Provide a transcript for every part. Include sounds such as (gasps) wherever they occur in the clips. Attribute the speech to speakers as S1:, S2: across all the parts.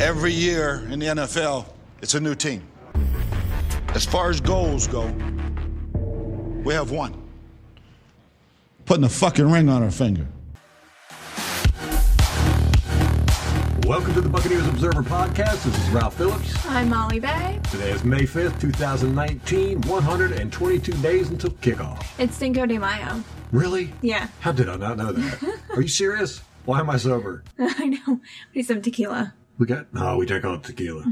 S1: Every year in the NFL, it's a new team. As far as goals go, we have one. Putting a fucking ring on our finger.
S2: Welcome to the Buccaneers Observer Podcast. This is Ralph Phillips.
S3: I'm Molly Bay.
S2: Today is May 5th, 2019, 122 days until kickoff.
S3: It's Cinco de Mayo. (laughs)
S2: Really?
S3: Yeah.
S2: How did I not know that? Are you serious? Why am I sober?
S3: I know. We need some tequila. (laughs)
S2: We got, oh, we drank all the tequila.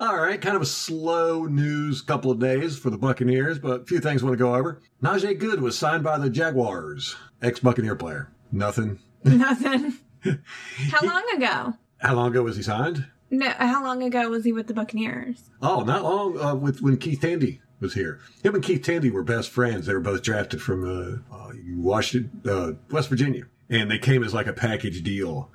S2: All right, kind of a slow news couple of days for the Buccaneers, but a few things want to go over. Najee Good was signed by the Jaguars, ex Buccaneer player. Nothing.
S3: Nothing.
S2: (laughs)
S3: How long ago?
S2: How long ago was he signed?
S3: No, how long ago was he with the Buccaneers?
S2: Oh, not long uh, with when Keith Tandy was here. Him and Keith Tandy were best friends. They were both drafted from uh, uh, Washington, uh, West Virginia, and they came as like a package deal.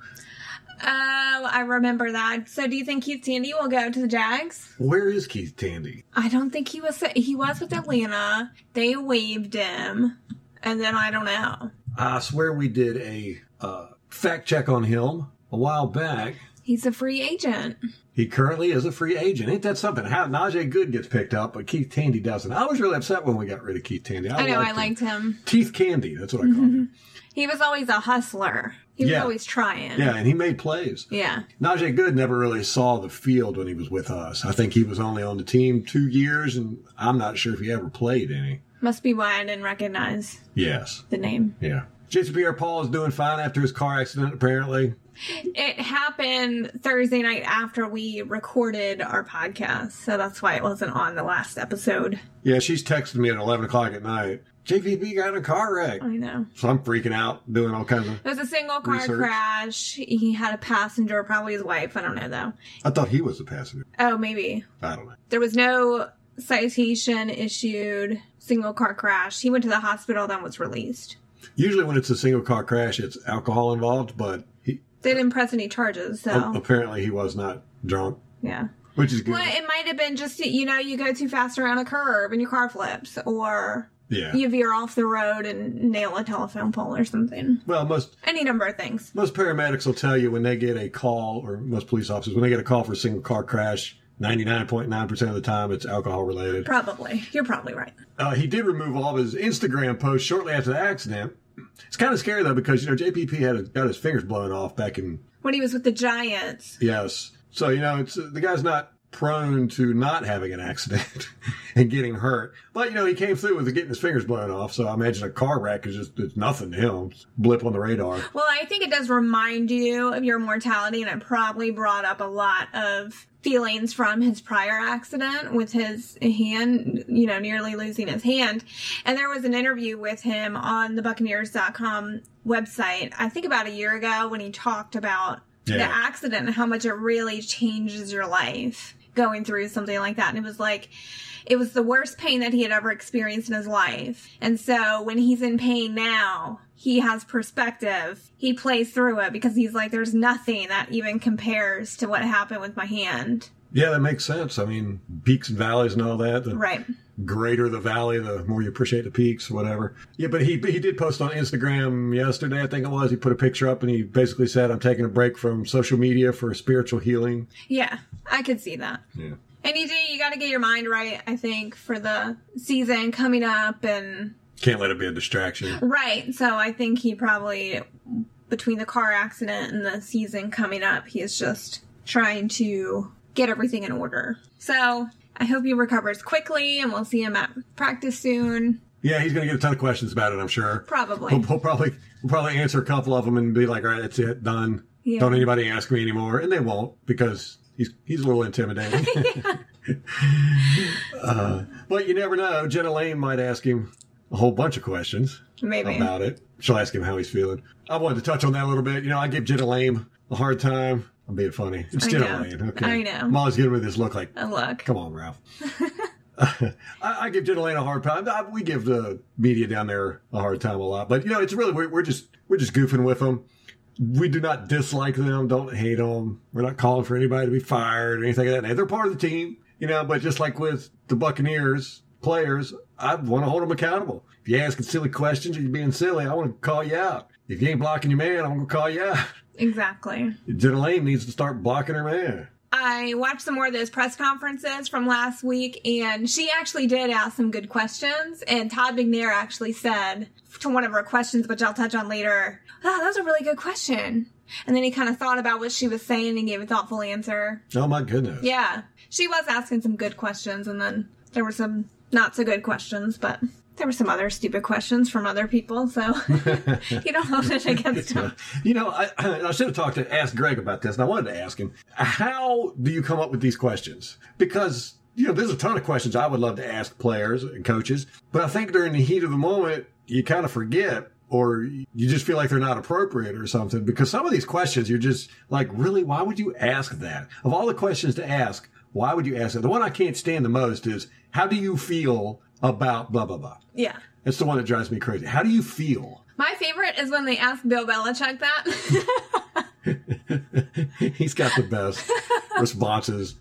S3: Oh, I remember that. So, do you think Keith Tandy will go to the Jags?
S2: Where is Keith Tandy?
S3: I don't think he was. He was with Atlanta. They waived him, and then I don't know.
S2: I swear we did a uh, fact check on him a while back.
S3: He's a free agent.
S2: He currently is a free agent. Ain't that something? How Najee Good gets picked up, but Keith Tandy doesn't. I was really upset when we got rid of Keith Tandy.
S3: I know. I
S2: him.
S3: liked him.
S2: Keith Candy. That's what I called
S3: (laughs)
S2: him.
S3: He was always a hustler. He was
S2: Yeah.
S3: always trying.
S2: Yeah, and he made plays.
S3: Yeah.
S2: Najee Good never really saw the field when he was with us. I think he was only on the team two years, and I'm not sure if he ever played any.
S3: Must be why I didn't recognize
S2: Yes.
S3: the name.
S2: Yeah. Jason Pierre Paul is doing fine after his car accident, apparently.
S3: It happened Thursday night after we recorded our podcast, so that's why it wasn't on the last episode.
S2: Yeah, she's texting me at 11 o'clock at night. JVB got in a car wreck.
S3: I know.
S2: So I'm freaking out, doing all kinds of.
S3: It was a single car
S2: Research.
S3: crash. He had a passenger, probably his wife. I don't know though.
S2: I thought he was the passenger.
S3: Oh, maybe.
S2: I don't know.
S3: There was no citation issued, single car crash. He went to the hospital, then was released.
S2: Usually, when it's a single car crash, it's alcohol involved, but he,
S3: They didn't press any charges, so
S2: Oh, apparently he was not drunk,
S3: yeah.
S2: which is good.
S3: Well, it might have been just, you know, you go too fast around a curve and your car flips, or
S2: Yeah.
S3: you veer off the road and nail a telephone pole or something.
S2: Well, most
S3: Any number of things.
S2: Most paramedics will tell you when they get a call, or most police officers, when they get a call for a single car crash, 99.9% of the time it's alcohol related.
S3: Probably. You're probably right.
S2: Uh, he did remove all of his Instagram posts shortly after the accident. It's kind of scary though because you know JPP had got his fingers blown off back in
S3: When he was with the Giants,
S2: yes, so you know it's the guy's not prone to not having an accident (laughs) and getting hurt, but you know he came through with getting his fingers blown off. So I imagine a car wreck is just it's nothing to him, It's a blip on the radar.
S3: well, I think it does remind you of your mortality, and it probably brought up a lot of feelings from his prior accident with his hand, you know, nearly losing his hand. And there was an interview with him on the Buccaneers.com website, I think about a year ago, when he talked about the
S2: Yeah.
S3: accident and how much it really changes your life going through something like that. And it was like, it was the worst pain that he had ever experienced in his life. And so when he's in pain now, he has perspective. He plays through it because he's like, there's nothing that even compares to what happened with my hand.
S2: Yeah, that makes sense. I mean, peaks and valleys and all that. The-
S3: Right.
S2: greater the valley, the more you appreciate the peaks, whatever. Yeah, but he he did post on Instagram yesterday, I think it was. He put a picture up and he basically said, "I'm taking a break from social media for spiritual healing."
S3: Yeah. I could see that.
S2: Yeah,
S3: And you do, you got to get your mind right, I think, for the season coming up and
S2: can't let it be a distraction.
S3: Right. So I think he probably, between the car accident and the season coming up, he is just trying to get everything in order. So I hope he recovers quickly and we'll see him at practice soon.
S2: Yeah, he's gonna get a ton of questions about it, I'm sure. He'll,
S3: Probably.
S2: he'll probably he'll probably answer a couple of them and be like, "All right, that's it, done.
S3: Yeah.
S2: Don't anybody ask me anymore," and they won't because he's he's a little
S3: (laughs)
S2: intimidating. (laughs) uh, but you never know. Jenna Lane might ask him a whole bunch of questions.
S3: Maybe.
S2: about it. She'll ask him how he's feeling. I wanted to touch on that a little bit. You know, I give Jenna Lame a hard time. I'm being funny. It's
S3: I
S2: Jenna
S3: know.
S2: Lane. Okay.
S3: I know.
S2: Molly's giving me this look like,
S3: A look.
S2: come on, Ralph. (laughs) I, I give Jenna Lane a hard time. I, we give the media down there a hard time a lot, but you know, it's really we're, we're just we're just goofing with them. We do not dislike them. Don't hate them. We're not calling for anybody to be fired or anything like that. Now, They're part of the team, you know. But just like with the Buccaneers players, I want to hold them accountable. If you're asking silly questions or you're being silly, I want to call you out. If you ain't blocking your man, I'm gonna call you out. (laughs)
S3: Exactly.
S2: Jenna Lane needs to start blocking her man.
S3: I watched some more of those press conferences from last week, and she actually did ask some good questions. And Todd McNair actually said to one of her questions, which I'll touch on later, oh, that was a really good question. And then he kind of thought about what she was saying and gave a thoughtful answer.
S2: Oh my goodness.
S3: Yeah, she was asking some good questions, and then there were some not so good questions, but there were some other stupid questions from other people, so (laughs) you don't hold it against them.
S2: You know, I, I should have talked to asked Greg about this, and I wanted to ask him how do you come up with these questions? Because you know, there's a ton of questions I would love to ask players and coaches, but I think during the heat of the moment, you kind of forget. Or you just feel like they're not appropriate or something because some of these questions you're just like, really, why would you ask that? Of all the questions to ask, why would you ask that? The one I can't stand the most is, how do you feel about blah blah blah.
S3: Yeah.
S2: It's the one that drives me crazy. How do you feel?
S3: My favorite is when they ask Bill Belichick (laughs)
S2: (laughs)
S3: that.
S2: He's got the best responses.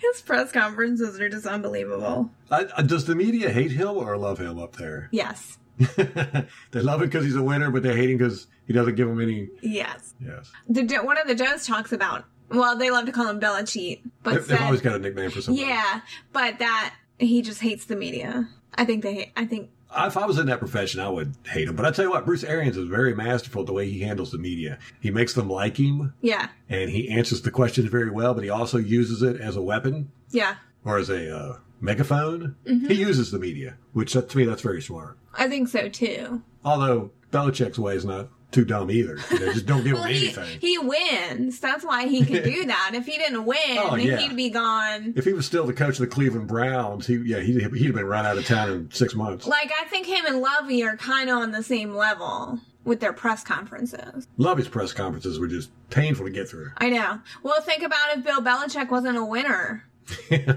S3: His press conferences are just unbelievable.
S2: I, I, does the media hate him or love him up there? (laughs)
S3: Yes.
S2: they love him because he's a winner, but they hate him because he doesn't give them any.
S3: Yes.
S2: Yes.
S3: The, one of the Joes talks about. Well, they love to call him Bella Cheat, but
S2: they've,
S3: said,
S2: they've always got a nickname for something.
S3: Yeah, but that he just hates the media. I think they. Hate, I think
S2: if I was in that profession, I would hate him. But I tell you what, Bruce Arians is very masterful the way he handles the media. He makes them like him.
S3: Yeah.
S2: And he answers the questions very well, but he also uses it as a weapon
S3: Yeah.
S2: or as a uh, megaphone. He uses the media, which uh, to me that's very smart.
S3: I think so too.
S2: Although Belichick's way is not too dumb either. You know, just don't give
S3: Well,
S2: him
S3: he,
S2: anything.
S3: he wins. That's why he can
S2: (laughs)
S3: do that. If he didn't win,
S2: Oh, yeah.
S3: he'd be gone.
S2: if he was still the coach of the Cleveland Browns, he yeah he'd, he'd have been run out of town in six months.
S3: Like I think him and Lovey are kind of on the same level with their press conferences.
S2: Lovey's press conferences were just painful to get through. (laughs)
S3: I know. Well, think about if Bill Belichick wasn't a winner.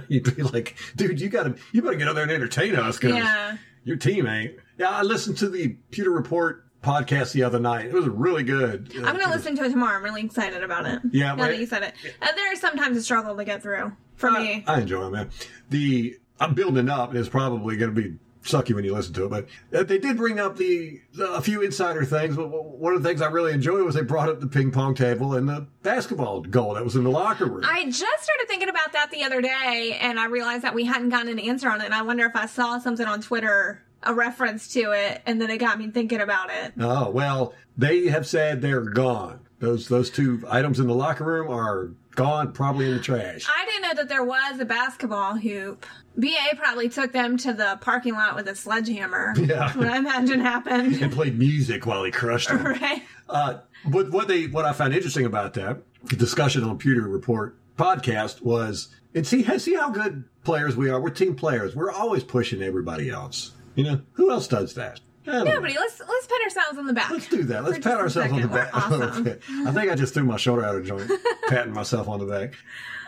S2: You'd be like, dude, you got to, you better get out there and entertain us because
S3: Yeah.
S2: your team ain't. Yeah, I listened to the Pewter Report podcast the other night. It was really good. Uh,
S3: I'm gonna listen to it tomorrow. I'm really excited about it.
S2: Yeah, Uh,
S3: now
S2: but-
S3: that you said it, uh, there's sometimes a struggle to get through for me.
S2: I enjoy it, man. The I'm building up, and it's probably going to be sucky when you listen to it. But uh, they did bring up the, the a few insider things. But one of the things I really enjoyed was they brought up the ping pong table and the basketball goal that was in the locker room.
S3: I just started thinking about that the other day, and I realized that we hadn't gotten an answer on it. And I wonder if I saw something on Twitter, a reference to it, and then it got me thinking about it.
S2: oh well, they have said they're gone. Those those two items in the locker room are gone, probably in the trash.
S3: I didn't know that there was a basketball hoop. BA probably took them to the parking lot with a sledgehammer.
S2: (laughs) Yeah.
S3: That's what I
S2: (laughs)
S3: imagine happened.
S2: and played music while he crushed them.
S3: (laughs) right?
S2: Uh, but what they what I found interesting about that the discussion on Pewter Report podcast was and see see how good players we are. We're team players. We're always pushing everybody else. You know who else does that? I don't know.
S3: Nobody, let's let's pat ourselves on the back.
S2: Let's do that.
S3: For
S2: Let's
S3: just
S2: pat
S3: a
S2: ourselves on the
S3: second. We're
S2: back. (laughs) a little
S3: awesome.
S2: bit. I think I just threw my shoulder out of
S3: (laughs)
S2: joint, patting myself on the back.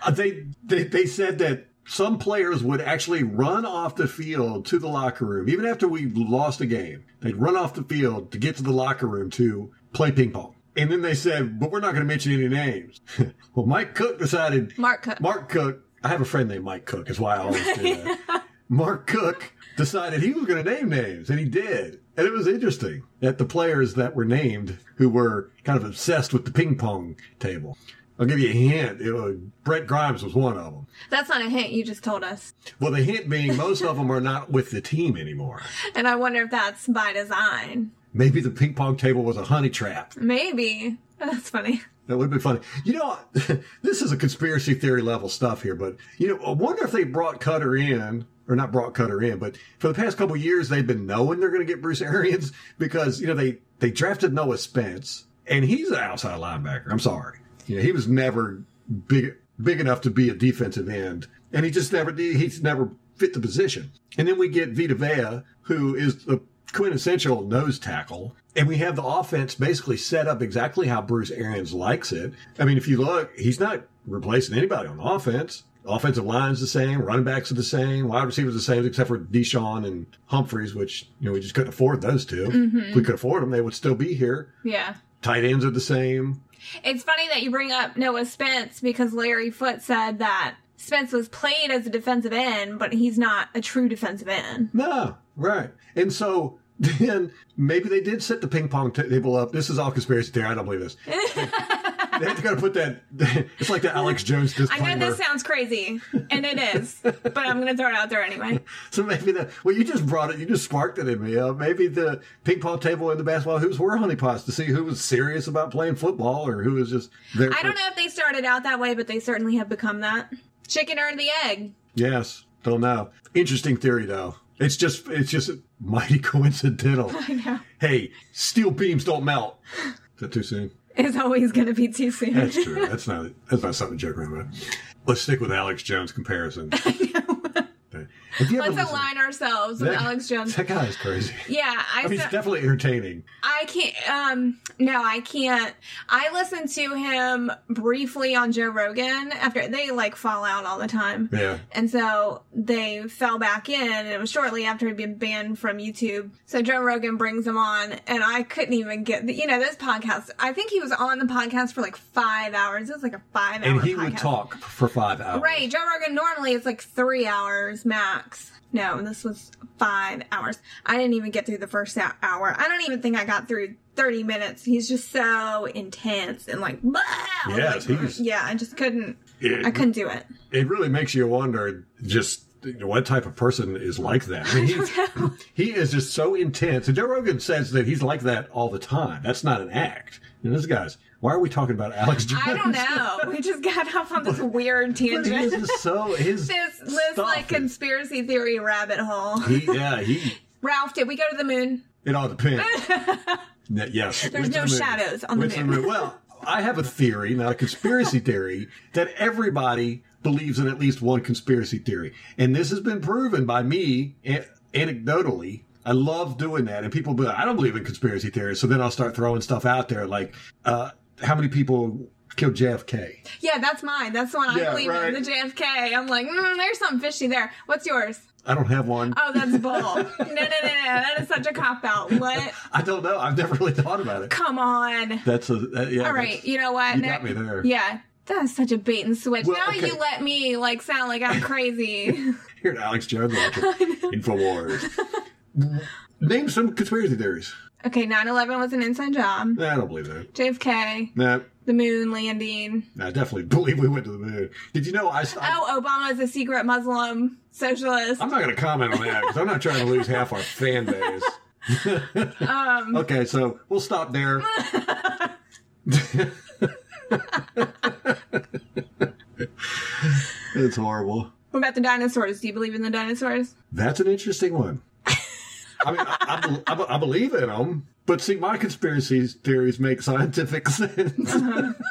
S2: Uh, they, they they said that some players would actually run off the field to the locker room, even after we lost a game. They'd run off the field to get to the locker room to play ping pong. And then they said, "But we're not going to mention any names." (laughs) well, Mike Cook decided
S3: Mark Cook.
S2: Mark Cook. I have a friend named Mike Cook. Is why I always do that. Mark Cook decided he was going to name names, and he did. And it was interesting that the players that were named, who were kind of obsessed with the ping pong table, I'll give you a hint. It was, Brett Grimes was one of them.
S3: That's not a hint. You just told us,
S2: Well, the hint being most of them are not with the team anymore.
S3: and I wonder if that's by design.
S2: Maybe the ping pong table was a honey trap.
S3: Maybe that's funny.
S2: That would be funny. You know, (laughs) this is a conspiracy theory level stuff here, but you know, I wonder if they brought Cutter in or not brought Cutter in, but for the past couple of years they've been knowing they're going to get Bruce Arians because you know they they drafted Noah Spence and he's an outside linebacker. I'm sorry, you know, he was never big big enough to be a defensive end, and he just never he's never fit the position. And then we get Vita Vea, who is the quintessential nose tackle. And we have the offense basically set up exactly how Bruce Arians likes it. I mean, if you look, he's not replacing anybody on offense. Offensive line's the same, running backs are the same, wide receivers the same, except for Deshaun and Humphreys, which you know we just couldn't afford those 2 If we could afford them, they would still be here.
S3: Yeah.
S2: Tight ends are the same.
S3: It's funny that you bring up Noah Spence because Larry Foote said that Spence was played as a defensive end, but he's not a true defensive end.
S2: No, right. And so (laughs)
S3: (laughs)
S2: then maybe they did set the ping pong table up. This is all conspiracy theory. I don't believe this. They have to gotta put that. (laughs) It's like the Alex Jones disclaimer.
S3: I know this sounds crazy, and it is, but I'm going to throw it out there anyway.
S2: So maybe the well, you just brought it. You just sparked it in me. Uh, maybe the ping pong table and the basketball hoops were honeypots to see who was serious about playing football or who was just there.
S3: I
S2: for-
S3: don't know if they started out that way, but they certainly have become that. Chicken or the egg?
S2: Yes, don't know. Interesting theory though. It's just it's just mighty (laughs)
S3: (laughs)
S2: coincidental.
S3: I know.
S2: hey, steel beams don't melt. Is that too soon?
S3: It's always going to be too soon.
S2: That's true. That's not that's not something to joke around about. Let's stick with Alex Jones
S3: (laughs)
S2: comparison. If you ever
S3: Let's
S2: listen-
S3: align ourselves with
S2: that-
S3: Alex Jones.
S2: That guy is crazy.
S3: Yeah, I,
S2: I mean,
S3: so-
S2: he's definitely entertaining.
S3: I can't. Um, no, I can't. I listened to him briefly on Joe Rogan after they like fall out all the time.
S2: Yeah.
S3: And so they fell back in, and it was shortly after he'd been banned from YouTube. So Joe Rogan brings him on, and I couldn't even get, the, you know, this podcast. I think he was on the podcast for like five hours. It was like a five hour
S2: And he
S3: podcast.
S2: would talk for five hours.
S3: Right, Joe Rogan normally it's like three hours max. No, this was five hours. I didn't even get through the first hou- hour. I don't even think I got through thirty minutes. He's just so intense and like, blah!
S2: Yes,
S3: Like,
S2: he's-
S3: yeah. I just couldn't.
S2: Yeah.
S3: I couldn't do it.
S2: It really makes you wonder just what type of person is like that. I mean, he's, he is just so intense. And Joe Rogan says that he's like that all the time. That's not an act. And this guy's, why are we talking about Alex Jones?
S3: I (laughs) don't know. we just got off on this (laughs) weird
S2: But (laughs) he is
S3: tangent.
S2: just so his
S3: This this
S2: stuff
S3: like
S2: is-
S3: conspiracy theory rabbit hole.
S2: he, yeah he
S3: Ralph, did we go to the moon?
S2: It all
S3: (laughs)
S2: depends. N- yes.
S3: There's
S2: went to
S3: no
S2: the moon.
S3: shadows on the
S2: Went to
S3: moon.
S2: Well, I have a theory, not a
S3: (laughs)
S2: conspiracy theory, that everybody believes in at least one conspiracy theory. And this has been proven by me a- anecdotally. I love doing that. And people be like, I don't believe in conspiracy theories. So then I'll start throwing stuff out there like, uh, how many people killed JFK?
S3: Yeah, that's mine. That's the one I
S2: Yeah,
S3: believe
S2: right.
S3: in. The JFK. I'm like, mm, there's something fishy there. What's yours?
S2: I don't have one.
S3: Oh, that's bull. no, no, no, no, no. That is such a cop out. What?
S2: I don't know. I've never really thought about it.
S3: Come on.
S2: That's a, that, yeah.
S3: All right. You know what?
S2: you got me there.
S3: Yeah. That is such a bait and switch.
S2: Well,
S3: now
S2: okay.
S3: you let me like sound like I'm crazy. (laughs)
S2: Here at Alex Jones, like, InfoWars. Name some conspiracy theories.
S3: okay, 9/11 was an inside job.
S2: Nah, I don't believe that.
S3: JFK,
S2: Nah,
S3: the moon landing.
S2: I definitely (laughs) believe we went to the moon. Did you know I? I
S3: Oh, Obama's a secret Muslim socialist.
S2: I'm not going to comment on that because I'm not trying to lose half our fan base. (laughs) okay, so we'll stop there. (laughs) it's horrible.
S3: What about the dinosaurs? Do you believe in the dinosaurs?
S2: That's an interesting one. I mean, I, I, bel- I, be- I believe in them, but see, my conspiracy theories make scientific (laughs) sense.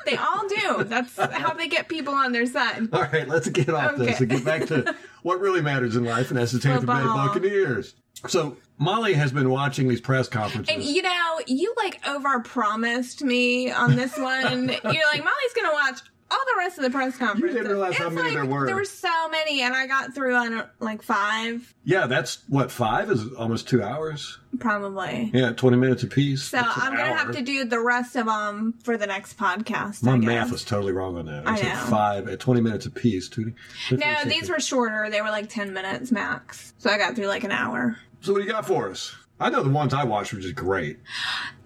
S3: They all do. That's how they get people on their side.
S2: All right, let's get off this
S3: Okay.
S2: and get back to what really matters in life, and that's the Tampa Bay
S3: Football.
S2: Buccaneers. So Molly has been watching these press conferences.
S3: And you know, you like overpromised me on
S2: (laughs)
S3: this one. You're like, Molly's gonna watch all the rest of the press conference.
S2: realize how many there were.
S3: There were so many, and I got through on uh, like five,
S2: yeah, that's what five is almost two hours.
S3: probably.
S2: Yeah, twenty minutes apiece.
S3: So I'm gonna have to do the rest of them for the next podcast.
S2: My
S3: I
S2: math
S3: guess.
S2: is totally wrong on that. I,
S3: I
S2: said
S3: know.
S2: five at twenty minutes apiece. Two,
S3: No, these were shorter. They were like ten minutes max. So I got through like an hour.
S2: So what do you got for us? I know the ones I watched were just great.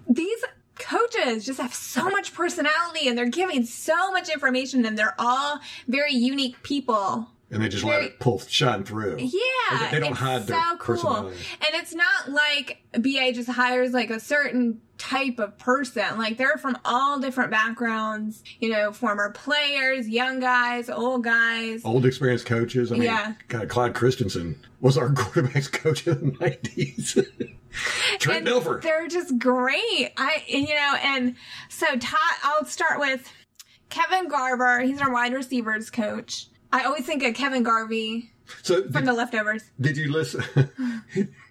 S3: These coaches just have so much personality, and they're giving so much information, and they're all very unique people.
S2: And they just let
S3: Very-
S2: it pull shine through.
S3: Yeah,
S2: They don't
S3: it's
S2: hide their
S3: so cool.
S2: personality.
S3: And it's not like BA just hires like a certain type of person. Like they're from all different backgrounds, you know, former players, young guys, old guys.
S2: Old experienced coaches. I mean,
S3: Yeah.
S2: God, Clyde Christensen was our (laughs) quarterback's coach in the nineties. (laughs) Trent
S3: And
S2: Dilfer.
S3: They're just great. I and, you know, and so Todd I'll start with Kevin Garber, he's our wide receivers coach. I always think of Kevin Garvey
S2: So
S3: from
S2: did,
S3: the leftovers.
S2: did you listen? (laughs)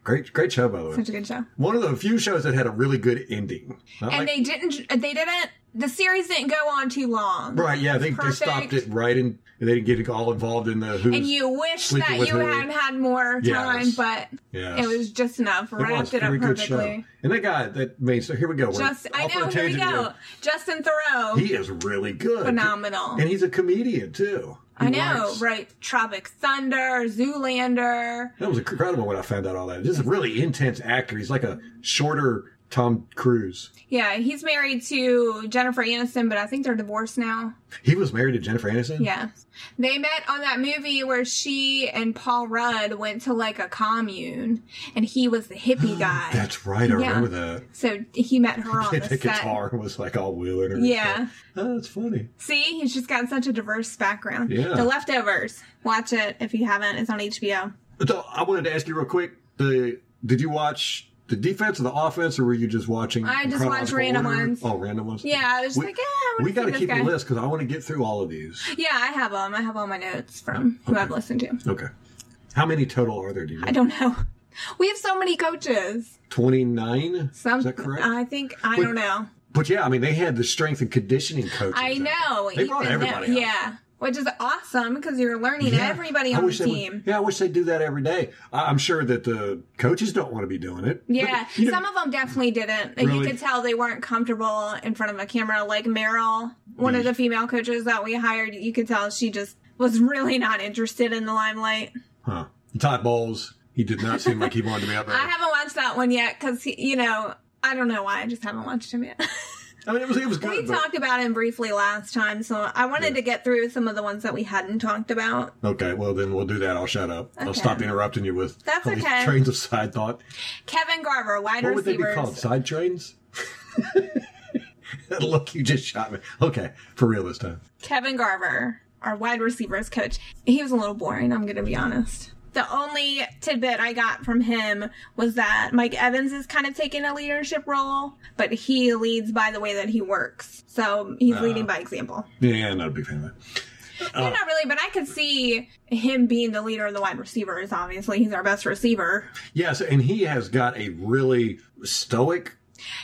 S2: great, great show by the way.
S3: Such a good show.
S2: One of the few shows that had a really good ending. Not
S3: And
S2: like-
S3: they didn't they didn't the series didn't go on too long.
S2: right, yeah, they, they
S3: perfect.
S2: stopped it right in. and They didn't get all involved in the who's.
S3: and you wish
S2: Sleeping
S3: that
S2: with
S3: you
S2: her.
S3: had had more time,
S2: Yes.
S3: but
S2: Yes.
S3: it was just enough.
S2: It was
S3: Wrapped it up
S2: very good show.
S3: perfectly.
S2: And that guy, that main so here we go. We're
S3: Just I
S2: off on
S3: know.
S2: a
S3: Here we
S2: tangent
S3: go.
S2: here.
S3: Justin Thoreau,
S2: He is really good,
S3: phenomenal.
S2: and he's a comedian too. He
S3: I know,
S2: writes.
S3: right? Tropic Thunder, Zoolander.
S2: That was incredible when I found out all that. This is a really intense actor. He's like a shorter Tom Cruise.
S3: Yeah, he's married to Jennifer Aniston, but I think they're divorced now.
S2: He was married to Jennifer Aniston.
S3: Yeah. They met on that movie where she and Paul Rudd went to like a commune and he was
S2: (gasps)
S3: the hippie guy.
S2: That's right. I
S3: Yeah.
S2: remember that.
S3: so he met her
S2: (laughs)
S3: on
S2: Yeah,
S3: the,
S2: the
S3: set.
S2: guitar was like all wheeling. Or
S3: Yeah.
S2: oh, that's funny.
S3: See, he's just got such a diverse background.
S2: Yeah.
S3: The Leftovers. Watch it if you haven't. It's on HBO.
S2: So I wanted to ask you real quick. The did you watch the defense or the offense, or were you just watching?
S3: I
S2: in
S3: just watched
S2: chronological
S3: random
S2: order?
S3: ones.
S2: Oh, random ones.
S3: Yeah, I was just
S2: We-
S3: like, yeah, I wanna
S2: we
S3: see
S2: got to
S3: this
S2: keep
S3: guy.
S2: a list because I want to get through all of these.
S3: Yeah, I have them. I have all my notes from who I've listened to.
S2: Okay. How many total are there? Do you?
S3: I don't know. We have so many coaches.
S2: Twenty nine. Is
S3: Some,
S2: that correct?
S3: I think I
S2: Wait.
S3: don't know.
S2: but yeah, I mean, they had the strength and conditioning coaches.
S3: I
S2: out there.
S3: know.
S2: They brought
S3: Ethan,
S2: everybody
S3: no-
S2: out.
S3: Yeah, which is awesome because you're learning
S2: Yeah.
S3: everybody
S2: I
S3: on the
S2: wish they would-
S3: team.
S2: yeah, I wish they do that every day. I, I'm sure that the coaches don't want to be doing it. (laughs) But,
S3: Yeah,
S2: you know,
S3: some of them definitely didn't. And You
S2: Really?
S3: could tell they weren't comfortable in front of a camera. Like Meryl, one
S2: Mm.
S3: of the female coaches that we hired, you could tell she just was really not interested in the limelight.
S2: huh. Todd Bowles, he did not seem like he wanted to
S3: (laughs)
S2: be out there.
S3: I haven't watched that one yet because, you know, I don't know why. I just haven't watched him yet. (laughs)
S2: I mean, it was it was
S3: we
S2: good. but-
S3: talked about him briefly last time, so I wanted
S2: Yeah.
S3: to get through some of the ones that we hadn't talked about.
S2: okay, well then we'll do that. I'll shut up. I'll
S3: Okay.
S2: stop interrupting you with
S3: That's
S2: all these
S3: okay.
S2: trains of side thought.
S3: Kevin Garver, wide
S2: What would they be
S3: receivers.
S2: called? Side trains? (laughs) Look, you just shot me. Okay, for real this time.
S3: Kevin Garver, our wide receivers coach, he was a little boring, I'm going to be honest. The only tidbit I got from him was that Mike Evans is kind of taking a leadership role, but he leads by the way that he works. So he's leading
S2: Uh.
S3: by example.
S2: Yeah, not a big fan of that.
S3: No, not really, but I could see him being the leader of the wide receivers. Obviously, he's our best receiver.
S2: Yes, and he has got a really stoic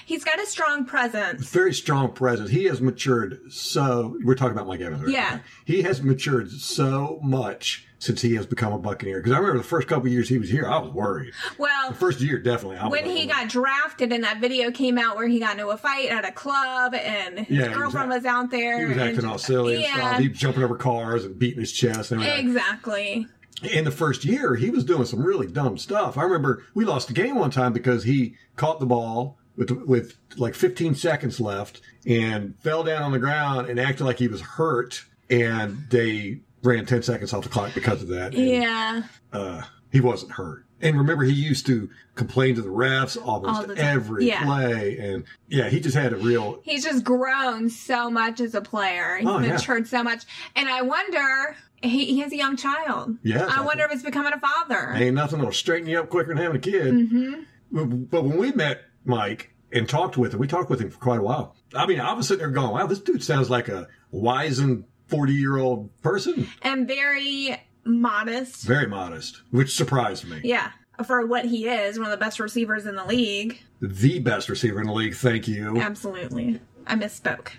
S3: He's got a strong presence.
S2: very strong presence. He has matured so. We're talking about Mike Evans. Right?
S3: Yeah.
S2: he has matured so much since he has become a Buccaneer. Because I remember the first couple of years he was here, I was worried.
S3: Well,
S2: First year, definitely. I was oh,
S3: when he
S2: worried.
S3: got drafted and that video came out where he got into a fight at a club and his
S2: Yeah, he was
S3: girlfriend
S2: act-
S3: was, out there.
S2: he was
S3: and
S2: acting all silly and stuff. He was jumping over cars and beating his chest. And everything.
S3: Exactly.
S2: In the first year, he was doing some really dumb stuff. I remember we lost a game one time because he caught the ball with with like 15 seconds left and fell down on the ground and acted like he was hurt, and they ran 10 seconds off the clock because of that. And,
S3: Yeah.
S2: uh, he wasn't hurt. And remember, he used to complain to the refs
S3: All
S2: almost
S3: the time.
S2: every
S3: Yeah.
S2: play, and yeah, he just had a real.
S3: He's just grown so much as a player. He's
S2: Oh, yeah.
S3: matured so much. And I wonder, he, he has a young child.
S2: Yes,
S3: I
S2: I
S3: wonder if it's becoming a father.
S2: Ain't nothing that'll straighten you up quicker than having a kid.
S3: hmm
S2: But but when we met Mike and talked with him, we talked with him for quite a while. I mean, I was sitting there going, wow, this dude sounds like a wizened 40 year old person.
S3: And very modest.
S2: Very modest, which surprised me.
S3: yeah. For what he is, one of the best receivers in the league.
S2: The best receiver in the league. Thank you.
S3: Absolutely. I misspoke.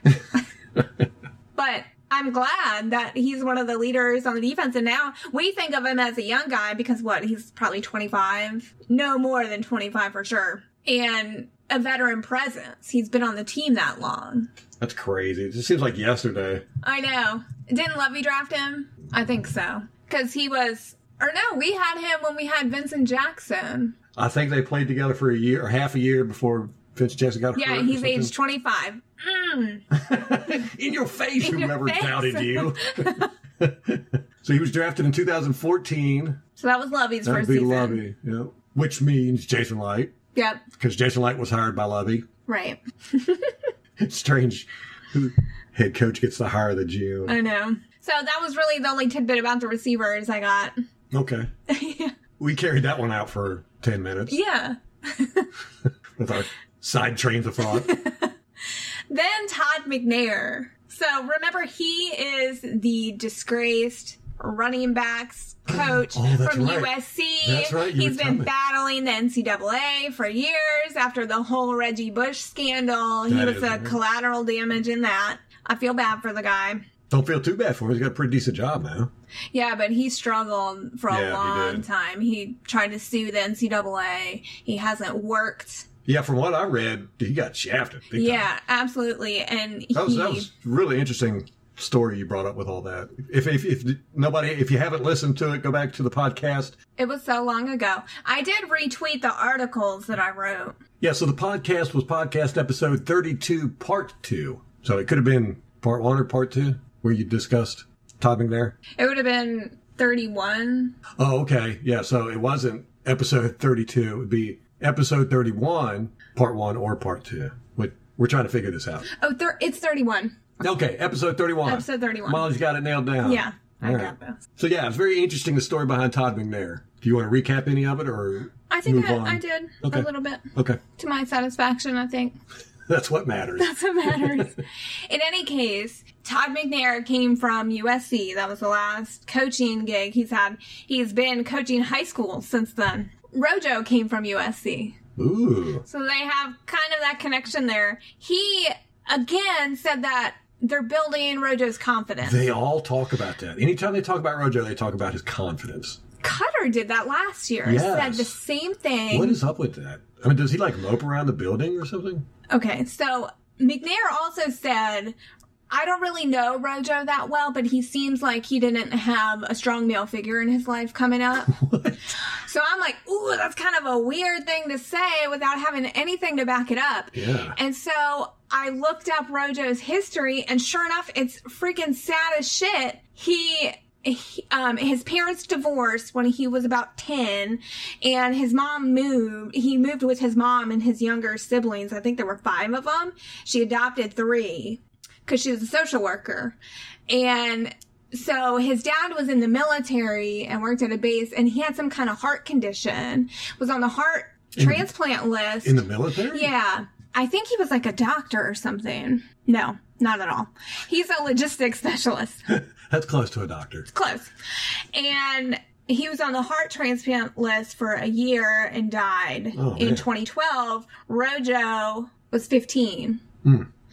S3: but I'm glad that he's one of the leaders on the defense. And now we think of him as a young guy because what? He's probably 25, no more than 25 for sure. And a veteran presence. He's been on the team that long.
S2: That's crazy. It just seems like yesterday.
S3: I know. Didn't Lovey draft him? I think so. Because he was, or no, we had him when we had Vincent Jackson.
S2: I think they played together for a year or half a year before Vince Jackson got hurt.
S3: Yeah,
S2: or
S3: he's
S2: something.
S3: age 25.
S2: (laughs)
S3: Mm. (laughs)
S2: in your face,
S3: your
S2: whoever
S3: face.
S2: doubted
S3: (laughs)
S2: you. (laughs) so he was drafted in 2014.
S3: So that was Lovey's
S2: That would
S3: first
S2: be
S3: season.
S2: Lovey. Yeah. Which means Jason Light,
S3: Yep.
S2: because Jason Light was hired by Lovey. (laughs)
S3: Right.
S2: It's strange who head coach gets to hire the GM.
S3: I know. So that was really the only tidbit about the receivers I got. (laughs)
S2: Okay. We carried that one out for 10 minutes
S3: yeah.
S2: with our side trains of
S3: (laughs)
S2: thought.
S3: Then Todd McNair. So remember, he is the disgraced running backs coach
S2: Oh, that's
S3: from
S2: right.
S3: USC.
S2: That's right, you were
S3: He's been
S2: telling me.
S3: battling the NCAA for years after the whole Reggie Bush scandal. he
S2: That
S3: was
S2: is
S3: the
S2: right.
S3: collateral damage in that. I feel bad for the guy.
S2: Don't feel too bad for him. He's got a pretty decent job now.
S3: Yeah, but he struggled for a
S2: Yeah, he
S3: long
S2: did.
S3: time. He tried to sue the NCAA. He hasn't worked
S2: Yeah, from what I read, he got shafted. big time.
S3: Yeah, absolutely. And he,
S2: That was, that was really interesting story you brought up with all that. If, if if nobody, if you haven't listened to it, go back to the podcast.
S3: It was so long ago. I did retweet the articles that I wrote.
S2: Yeah, so the podcast was podcast episode thirty-two, part two. So it could have been part one or part two where you discussed topping there.
S3: It would have been 31.
S2: Oh, okay. Yeah, so it wasn't episode 32. It would be episode 31, part one or part two. We're, we're trying to figure this out.
S3: Oh, thir- it's 31.
S2: Okay, episode 31.
S3: Episode 31.
S2: Molly's got it nailed down.
S3: Yeah, I
S2: Oh. All
S3: got this.
S2: So, yeah, it's very interesting the story behind Todd McNair. Do you want to recap any of it or
S3: I think
S2: move on?
S3: I, I did
S2: Okay.
S3: a little bit
S2: Okay, (laughs)
S3: to my satisfaction, I think.
S2: that's what matters.
S3: That's what matters. (laughs) In any case, Todd McNair came from USC. That was the last coaching gig he's had. He's been coaching high school since then. Rojo came from USC.
S2: Ooh.
S3: So they have kind of that connection there. He, again, said that they're building Rojo's confidence.
S2: They all talk about that. Anytime they talk about Rojo, they talk about his confidence.
S3: Cutter did that last year.
S2: Yes.
S3: Said the same thing.
S2: What is up with that? I mean, does he like mope around the building or something?
S3: Okay, so McNair also said, I don't really know Rojo that well, but he seems like he didn't have a strong male figure in his life coming up. So I'm like, ooh, that's kind of a weird thing to say without having anything to back it up.
S2: Yeah.
S3: And so I looked up Rojo's history, and sure enough, it's freaking sad as shit. He. he- um, his parents divorced when he was about 10 and his mom moved he moved with his mom and his younger siblings i think there were five of them she adopted three because she was a social worker. And so his dad was in the military and worked at a base, and he had some kind of heart condition, was on the heart transplant list.
S2: In the military?
S3: yeah. I think he was like a doctor or something. No, not at all. He's a logistics (laughs) specialist.
S2: That's close to a doctor.
S3: Close. And he was on the heart transplant list for a year and died
S2: Oh,
S3: in
S2: man.
S3: 2012. Rojo was 15.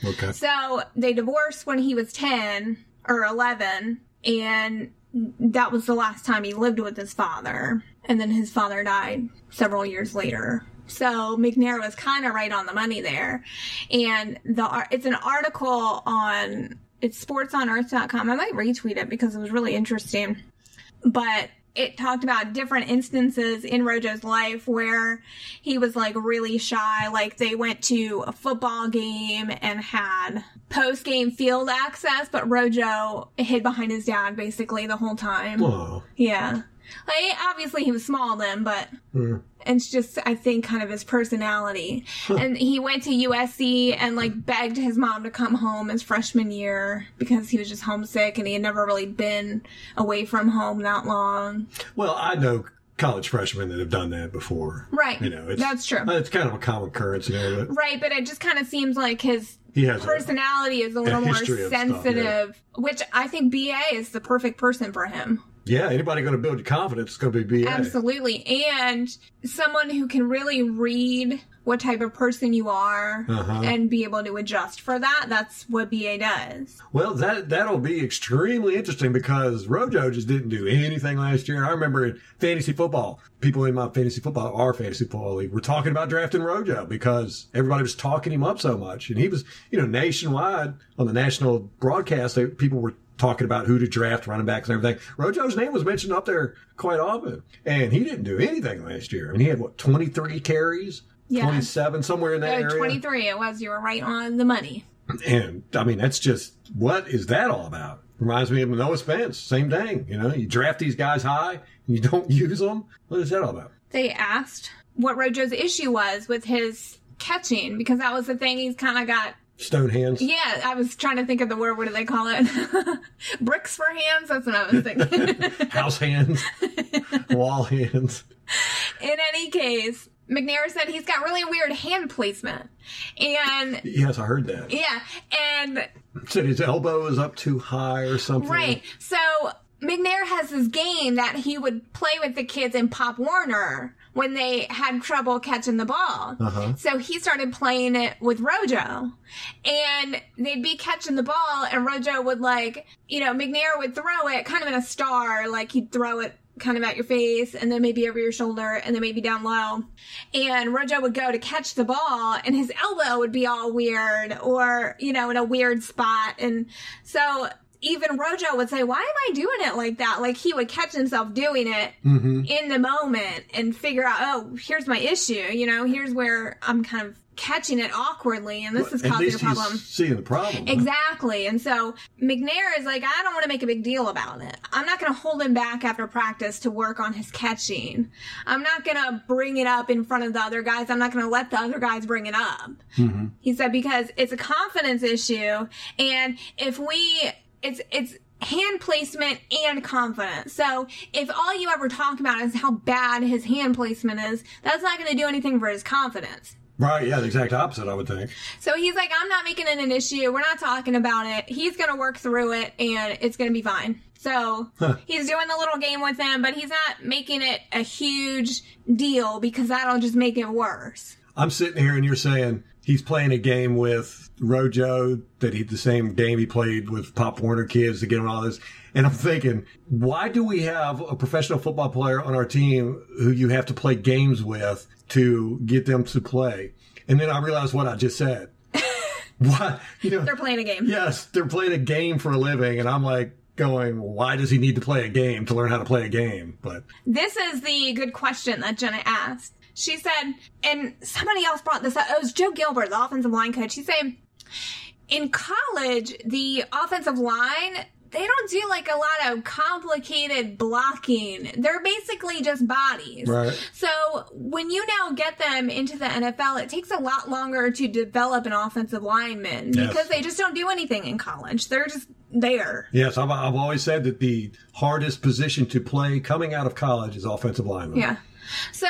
S2: Okay.
S3: So they divorced when he was 10 or 11, and that was the last time he lived with his father. And then his father died several years later. So McNair was kind of right on the money there. And the ar- it's an article on it's sportsonearth.com. I might retweet it because it was really interesting but it talked about different instances in Rojo's life where he was like really shy. Like they went to a football game and had post game field access, but Rojo hid behind his dad basically the whole time.
S2: Oh,
S3: Yeah. Like obviously he was small then, but
S2: Hmm.
S3: it's just I think kind of his personality. and he went to USC and like begged his mom to come home his freshman year because he was just homesick and he had never really been away from home that long.
S2: Well, I know college freshmen that have done that before.
S3: Right.
S2: You know, it's,
S3: That's true.
S2: uh, It's kind of a common occurrence, you know. But
S3: Right, but it just kind of seems like his
S2: he has. A,
S3: personality is a little more
S2: history of
S3: sensitive,
S2: stuff, yeah.
S3: which I think BA is the perfect person for him.
S2: yeah. Anybody going to build your confidence is going to be BA.
S3: Absolutely. And someone who can really read what type of person you are
S2: Uh-huh.
S3: and be able to adjust for that. That's what BA does.
S2: Well, that that'll be extremely interesting because Rojo just didn't do anything last year. I remember in fantasy football, people in my fantasy football, our fantasy football league, were talking about drafting Rojo because everybody was talking him up so much, and he was, you know, nationwide on the national broadcast. They, people were talking about who to draft, running backs, and everything. Rojo's name was mentioned up there quite often, and he didn't do anything last year. I mean, he had what twenty three carries,
S3: Yeah.
S2: twenty seven somewhere in that
S3: Uh,
S2: area.
S3: 23, it was. You were right on the money.
S2: And I mean, that's just what is that all about? Reminds me of Noah Spence. Same thing. You know, you draft these guys high and you don't (laughs) use them. What is that all about?
S3: They asked what Rojo's issue was with his catching because that was the thing he's kind of got.
S2: Stone hands.
S3: Yeah, (laughs) I was trying to think of the word. What do they call it? (laughs) Bricks for hands? That's what I was
S2: (laughs)
S3: thinking.
S2: House
S3: (laughs)
S2: hands, wall hands.
S3: In any case, McNair said he's got really weird hand placement. And
S2: Yes, I heard that.
S3: yeah, and
S2: Said his elbow is up too high or something.
S3: Right. So McNair has this game that he would play with the kids in Pop Warner when they had trouble catching the ball.
S2: Uh-huh.
S3: So he started playing it with Rojo. And they'd be catching the ball, and Rojo would, like, you know, McNair would throw it kind of in a star, like he'd throw it kind of at your face and then maybe over your shoulder and then maybe down low and rojo would go to catch the ball and his elbow would be all weird or you know in a weird spot and so even Rojo would say, "Why am I doing it like that?" Like he would catch himself doing it
S2: Mm-hmm.
S3: in the moment and figure out, "Oh, here's my issue. You know, here's where I'm kind of catching it awkwardly, and this is
S2: At
S3: causing a
S2: least
S3: problem."
S2: he's seeing the problem.
S3: Exactly. And so McNair is like, I don't want to make a big deal about it. I'm not going to hold him back after practice to work on his catching. I'm not going to bring it up in front of the other guys. I'm not going to let the other guys bring it up. He said, because it's a confidence issue. And if we, it's, it's, Hand placement and confidence. So, if all you ever talk about is how bad his hand placement is, that's not going to do anything for his confidence.
S2: Right, yeah, the exact opposite, I would think.
S3: So he's like, I'm not making it an issue. We're not talking about it. He's going to work through it and it's going to be fine. So he's doing the little game with him, but he's not making it a huge deal because that'll just make it worse.
S2: I'm sitting here and you're saying he's playing a game with Rojo that he the same game he played with Pop Warner kids to get him all this. And I'm thinking, why do we have a professional football player on our team who you have to play games with to get them to play? And then I realized what I just said. why you know
S3: They're playing a game.
S2: Yes, they're playing a game for a living, and I'm like going, why does he need to play a game to learn how to play a game? But
S3: This is the good question that Jenna asked. She said, and somebody else brought this up. It was Joe Gilbert, the offensive line coach. She said, in college, the offensive line, they don't do like a lot of complicated blocking. They're basically just bodies.
S2: Right.
S3: So when you now get them into the NFL, it takes a lot longer to develop an offensive lineman
S2: Yes.
S3: because they just don't do anything in college. They're just there.
S2: yes, I've, I've always said that the hardest position to play coming out of college is offensive lineman.
S3: Yeah. So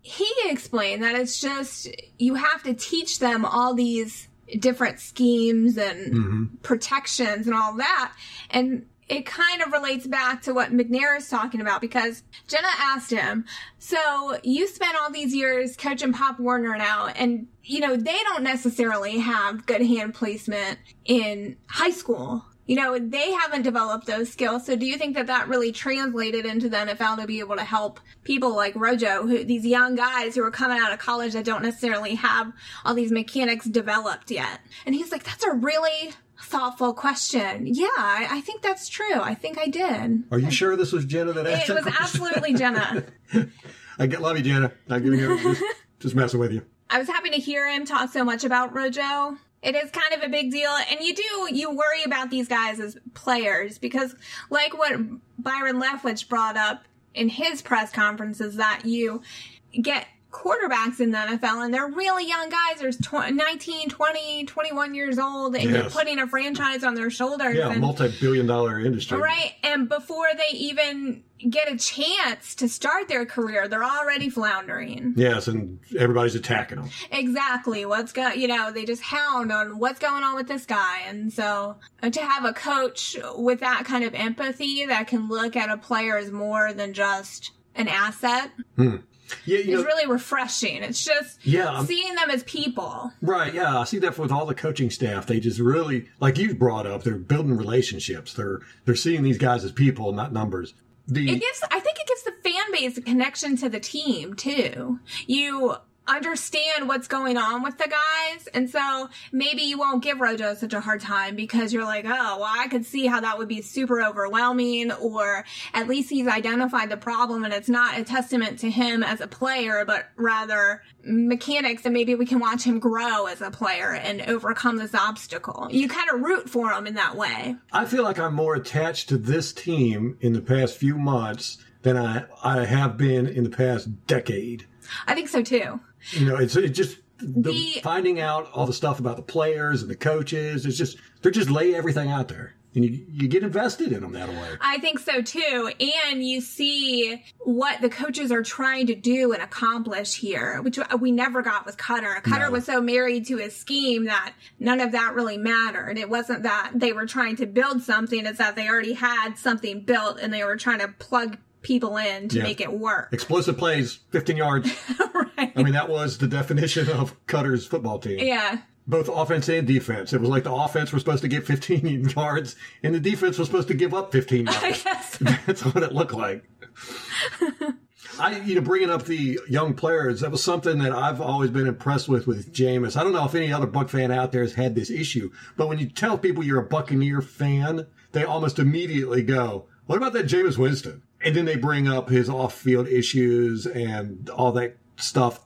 S3: he explained that it's just you have to teach them all these different schemes and protections and all that. And it kind of relates back to what McNair is talking about because Jenna asked him, So you spent all these years coaching Pop Warner now, and you know, they don't necessarily have good hand placement in high school. You know, they haven't developed those skills. So do you think that that really translated into the NFL to be able to help people like Rojo, who, these young guys who are coming out of college that don't necessarily have all these mechanics developed yet? And he's like, that's a really thoughtful question. Yeah, I, I think that's true. I think I did.
S2: Are you sure this was Jenna that asked
S3: It
S2: that
S3: was
S2: question? (laughs)
S3: absolutely Jenna.
S2: I get, love you, Jenna. I give
S3: (laughs)
S2: you just, just messing with you.
S3: I was happy to hear him talk so much about Rojo. It is kind of a big deal, and you do you worry about these guys as players because, like what Byron Leftwich brought up in his press conference, is that you get quarterbacks in the NFL and they're really young guys. There's tw- 19, 20, 21 years old, and you're
S2: Yes.
S3: putting a franchise on their shoulders.
S2: Yeah,
S3: and-
S2: multi-billion dollar industry.
S3: Right. And before they even get a chance to start their career, they're already floundering.
S2: Yes, and everybody's attacking them.
S3: exactly what's going you know they just hound on what's going on with this guy and so uh, to have a coach with that kind of empathy that can look at a player as more than just an asset
S2: Yeah, you
S3: is
S2: know,
S3: really refreshing it's just
S2: Yeah, um I'm-
S3: seeing them as people
S2: right. Yeah, I see that with all the coaching staff. They just really, like you've brought up, they're building relationships. They're they're seeing these guys as people, not numbers. The
S3: it gives i think it gives the fan base a connection to the team too you understand what's going on with the guys and so maybe you won't give rojo such a hard time because you're like oh well i could see how that would be super overwhelming or at least he's identified the problem and it's not a testament to him as a player but rather mechanics and maybe we can watch him grow as a player and overcome this obstacle you kind of root for him in that way
S2: I feel like I'm more attached to this team in the past few months than I I have been in the past decade.
S3: i think so too
S2: You know, it's it just the,
S3: The-
S2: finding out all the stuff about the players and the coaches. It's just they're just lay everything out there, and you you get invested in them that way.
S3: I think so too. And you see what the coaches are trying to do and accomplish here, which we never got with Cutter. Cutter was so married to his scheme that none of that really mattered. It wasn't that they were trying to build something, it's that they already had something built and they were trying to plug people in to
S2: Yeah.
S3: make it work.
S2: Explosive plays, 15 yards.
S3: (laughs) right.
S2: I mean, that was the definition of Cutter's football team.
S3: Yeah. (laughs)
S2: Both offense and defense. It was like the offense was supposed to get 15 (laughs) yards, and the defense was supposed to give up
S3: (laughs)
S2: 15 yards.
S3: Yes.
S2: (laughs) That's what it looked like. I, you know, bringing up the young players, that was something that I've always been impressed with with Jameis. I don't know if any other Buck fan out there has had this issue, but when you tell people you're a Buccaneer fan, they almost immediately go, "What about that Jameis Winston?" And then they bring up his off-field issues and all that stuff.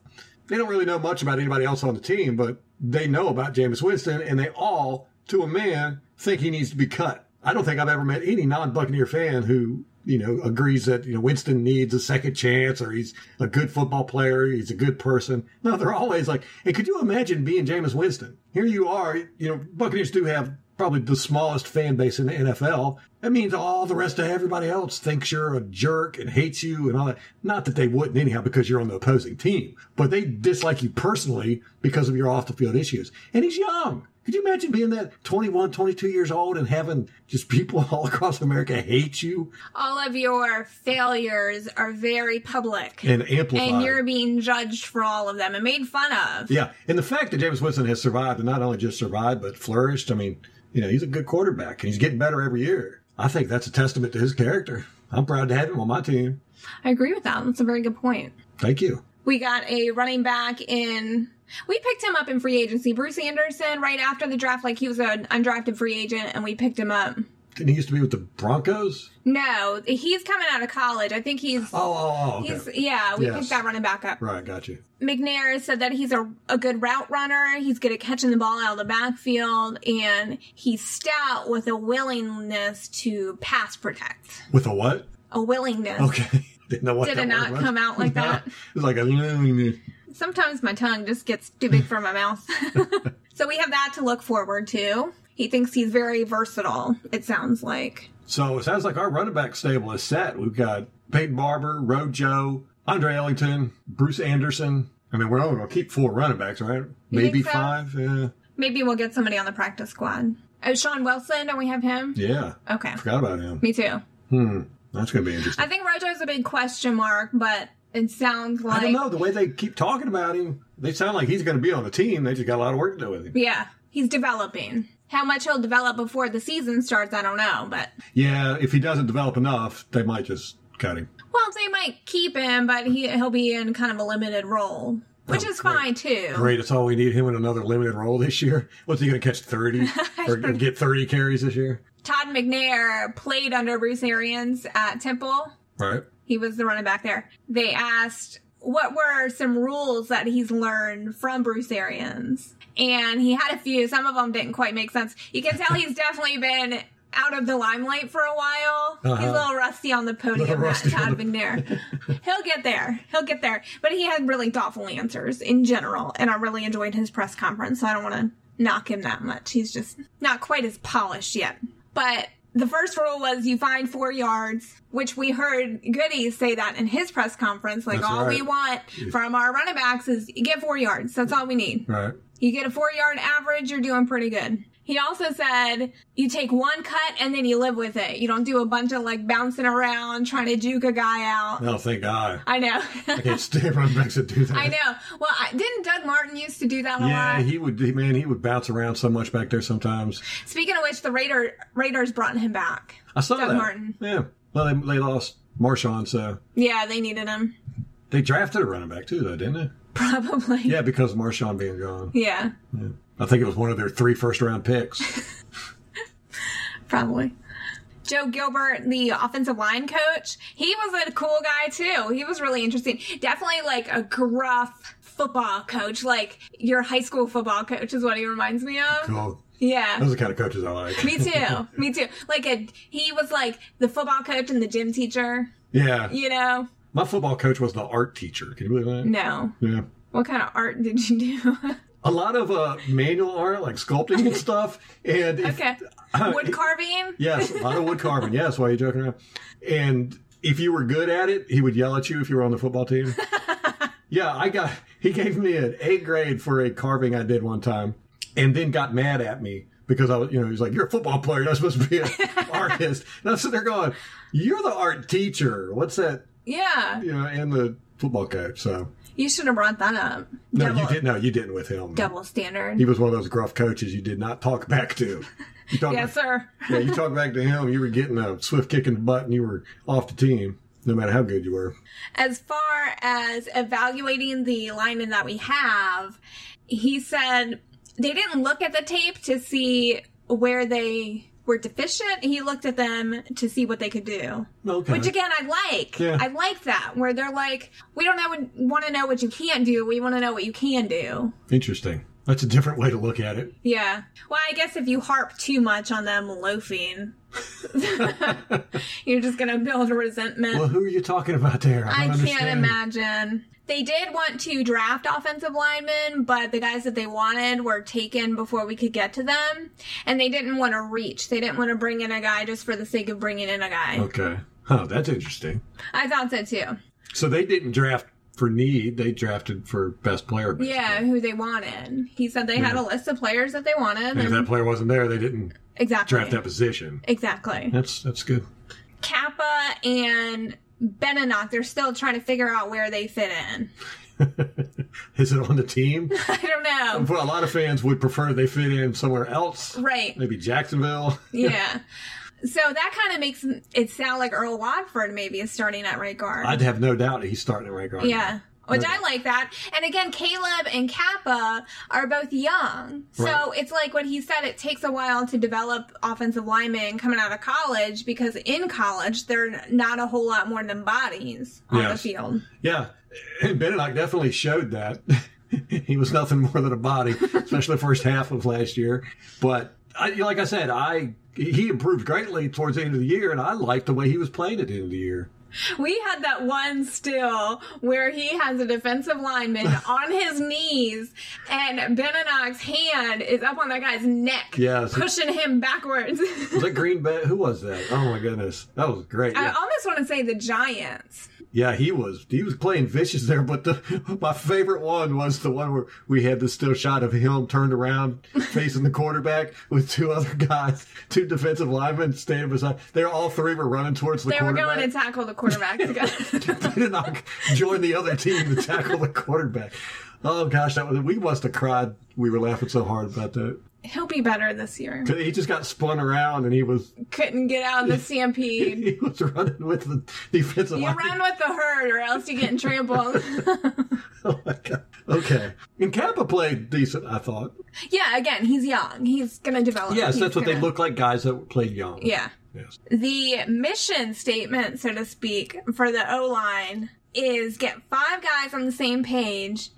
S2: They don't really know much about anybody else on the team, but they know about Jameis Winston, and they all, to a man, think he needs to be cut. I don't think I've ever met any non-Buccaneer fan who you know agrees that you know Winston needs a second chance or he's a good football player, he's a good person. No, they're always like, and could you imagine being Jameis Winston? Here you are, you know, Buccaneers do have probably the smallest fan base in the NFL. That means all the rest of everybody else thinks you're a jerk and hates you and all that. Not that they wouldn't anyhow because you're on the opposing team, but they dislike you personally because of your off the field issues. And he's young. Could you imagine being that 21, 22 years old and having just people (laughs) all across America hate you
S3: All of your failures are very public.
S2: and amplify?
S3: and you're being judged for all of them and made fun of.
S2: yeah. And the fact that James Winston has survived and not only just survived, but flourished, I mean, you know, he's a good quarterback and he's getting better every year. I think that's a testament to his character. I'm proud to have him on my team.
S3: I agree with that. That's a very good point.
S2: Thank you.
S3: We got a running back in. We picked him up in free agency, Bruce Anderson, right after the draft. Like he was an undrafted free agent, and we picked him up.
S2: Didn't he used to be with the Broncos?
S3: No, he's coming out of college. I think he's.
S2: Oh, oh, oh okay.
S3: He's yeah, we
S2: Yes.
S3: picked that running back up.
S2: right, got you.
S3: McNair said that he's a, a good route runner. He's good at catching the ball out of the backfield, and he's stout with a willingness to pass protect.
S2: With a what? (laughs)
S3: A willingness.
S2: Okay. Didn't know what
S3: Did
S2: that
S3: it not
S2: word was.
S3: come out like
S2: No.
S3: that?
S2: (laughs) It was like a.
S3: Sometimes my tongue just gets too big for my mouth. (laughs)
S2: (laughs)
S3: so we have that to look forward to. He thinks he's very versatile, it sounds like.
S2: So it sounds like our running back stable is set. We've got Peyton Barber, Rojo, Andre Ellington, Bruce Anderson. I mean, we're only going to keep four running backs, right?
S3: You
S2: Maybe
S3: think so?
S2: five. Yeah.
S3: Maybe we'll get somebody on the practice squad. Oh, Sean Wilson, don't we have him?
S2: Yeah.
S3: Okay.
S2: Forgot about him.
S3: Me too.
S2: Hmm. That's going to be interesting.
S3: I think Rojo's a big question mark, but it sounds like.
S2: I don't know. The way they keep talking about him, they sound like he's going to be on the team. They just got a lot of work to do with him.
S3: Yeah, he's developing. How much he'll develop before the season starts, I don't know, but.
S2: Yeah. If he doesn't develop enough, they might just cut him.
S3: Well, they might keep him, but he, he'll be in kind of a limited role, which
S2: Oh,
S3: is
S2: great.
S3: fine too.
S2: Great. It's all we need him in another limited role this year. What's he going to catch
S3: (laughs)
S2: 30 or get 30 carries this year?
S3: Todd McNair played under Bruce Arians at Temple.
S2: Right.
S3: He was the running back there. They asked what were some rules that he's learned from Bruce Arians. And he had a few. Some of them didn't quite make sense. You can tell he's definitely been out of the limelight for a while. He's
S2: Uh-huh.
S3: a little rusty on the
S2: Little
S3: podium,
S2: rusty
S3: Todd
S2: on the-
S3: McNair.
S2: (laughs)
S3: He'll get there. He'll get there. But he had really thoughtful answers in general. And I really enjoyed his press conference. So I don't want to knock him that much. He's just not quite as polished yet. But the first rule was you find four yards, which we heard Goody say that in his press conference. Like,
S2: That's
S3: all we
S2: right.
S3: want from our running backs is you get four yards. That's all we need.
S2: Right.
S3: You get a four yard average, you're doing pretty good. He also said you take one cut and then you live with it. You don't do a bunch of like bouncing around trying to juke a guy out.
S2: Oh, thank God.
S3: I know. (laughs)
S2: I can't stand running backs that do that.
S3: I know. Well, I, didn't Doug Martin used to do that a
S2: Yeah,
S3: lot?
S2: he would. He, man, he would bounce around so much back there sometimes.
S3: Speaking of which, the Raider, Raiders brought him back.
S2: I saw
S3: Doug
S2: that.
S3: Martin.
S2: Yeah. Well, they, they lost Marshawn, so
S3: Yeah, they needed him.
S2: they drafted a running back too, though, didn't they?
S3: (laughs) Probably.
S2: Yeah, because of Marshawn being gone.
S3: yeah.
S2: I think it was one of their three first round
S3: (laughs)
S2: picks.
S3: Probably. Joe Gilbert, the offensive line coach, he was a cool guy too. He was really interesting. Definitely like a gruff football coach, like your high school football coach is what he reminds me of.
S2: Cool. (laughs)
S3: Yeah.
S2: Those are the kind of coaches I like.
S3: me too. Me too. Like a he was like the football coach and the gym teacher,
S2: Yeah.
S3: you know?
S2: My football coach was the art teacher. Can you believe that?
S3: No.
S2: Yeah.
S3: What kind of art did you do? (laughs)
S2: A lot of uh, manual art, like sculpting and stuff. And if-
S3: okay.
S2: Uh,
S3: Wood carving?
S2: Yes, a lot of wood carving. Yes, why are you joking around? And if you were good at it, he would yell at you if you were on the football team. yeah, I got. He gave me an A grade for a carving I did one time, and then got mad at me because I was, you know, he's like, "You're a football player. You're not supposed to be an artist." And I'm sitting there going, "You're the art teacher. What's that?"
S3: Yeah.
S2: You know, and the football coach. So
S3: You should have brought that up.
S2: no,
S3: double,
S2: you didn't. No, you didn't with him.
S3: double standard.
S2: He was one of those gruff coaches you did not talk back to. You
S3: (laughs)
S2: talked
S3: Yes, sir.
S2: yeah, you talk back to him, you were getting a swift kick in the butt and you were off the team, no matter how good you were.
S3: as far as evaluating the linemen that we have, he said they didn't look at the tape to see where they were deficient, he looked at them to see what they could do.
S2: Okay.
S3: Which again, I like.
S2: Yeah.
S3: I like that where they're like, we don't know want to know what you can't do. We want to know what you can do.
S2: Interesting. That's a different way to look at it.
S3: Yeah. Well, I guess if you harp too much on them loafing, you're just gonna build resentment.
S2: Well, who are you talking about there? I,
S3: I
S2: don't
S3: can't
S2: understand.
S3: imagine. They did want to draft offensive linemen, but the guys that they wanted were taken before we could get to them, and they didn't want to reach. They didn't want to bring in a guy just for the sake of bringing in a guy.
S2: Okay. Huh, that's interesting.
S3: I thought so too.
S2: So they didn't draft for need, they drafted for best player. basically.
S3: Yeah, who they wanted. He said they had a list of players that they wanted.
S2: And if
S3: and-
S2: that player wasn't there, they didn't
S3: exactly.
S2: draft that position.
S3: Exactly.
S2: That's that's good.
S3: Kappa and Benanock, they're still trying to figure out where they fit in. (laughs)
S2: Is it on the team?
S3: I don't know.
S2: Well, a lot of fans would prefer they fit in somewhere else.
S3: Right.
S2: Maybe Jacksonville. (laughs)
S3: Yeah. So that kind of makes it sound like Earl Watford maybe is starting at right guard.
S2: I'd have no doubt he's starting at right guard.
S3: yeah. Which I like that. And again, Caleb and Kappa are both young. So
S2: Right.
S3: it's like what he said, it takes a while to develop offensive linemen coming out of college because in college, they're not a whole lot more than bodies on
S2: Yes.
S3: the field.
S2: Yeah. And Benedict definitely showed that. (laughs) he was nothing more than a body, especially the first half of last year. But I, like I said, I he improved greatly towards the end of the year, and I liked the way he was playing at the end of the year.
S3: We had that one still where he has a defensive
S2: (laughs)
S3: lineman on his knees, and Beninock's hand is up on that guy's neck,
S2: Yes.
S3: pushing him backwards. (laughs)
S2: Was that Green Bay? Who was that? Oh my goodness, that was great.
S3: I
S2: Yeah,
S3: almost want to say the Giants.
S2: yeah he was he was playing vicious there. But the, my favorite one was the one where we had the still shot of him turned around facing the quarterback with two other guys, two defensive linemen standing beside. They were all three were running towards the
S3: They were
S2: quarterback.
S3: going to tackle the
S2: (laughs)
S3: quarterback. (laughs) together.
S2: Pinnock joined the other team to tackle the quarterback. Oh gosh, that was we must have cried. We were laughing so hard about that.
S3: He'll be better this year.
S2: He just got spun around and he was
S3: Couldn't get
S2: (laughs)
S3: out of the stampede.
S2: he was running with the defensive
S3: You
S2: line.
S3: run with the herd, or else you're getting trampled.
S2: Oh my god. (laughs) Okay. And Kappa played decent, I thought.
S3: (laughs) yeah, again, he's young. He's going to develop.
S2: Yes,
S3: He's
S2: that's what they
S3: gonna-
S2: look like guys that played young.
S3: Yeah.
S2: Yes.
S3: the mission statement, so to speak, for the O line is get five guys on the same page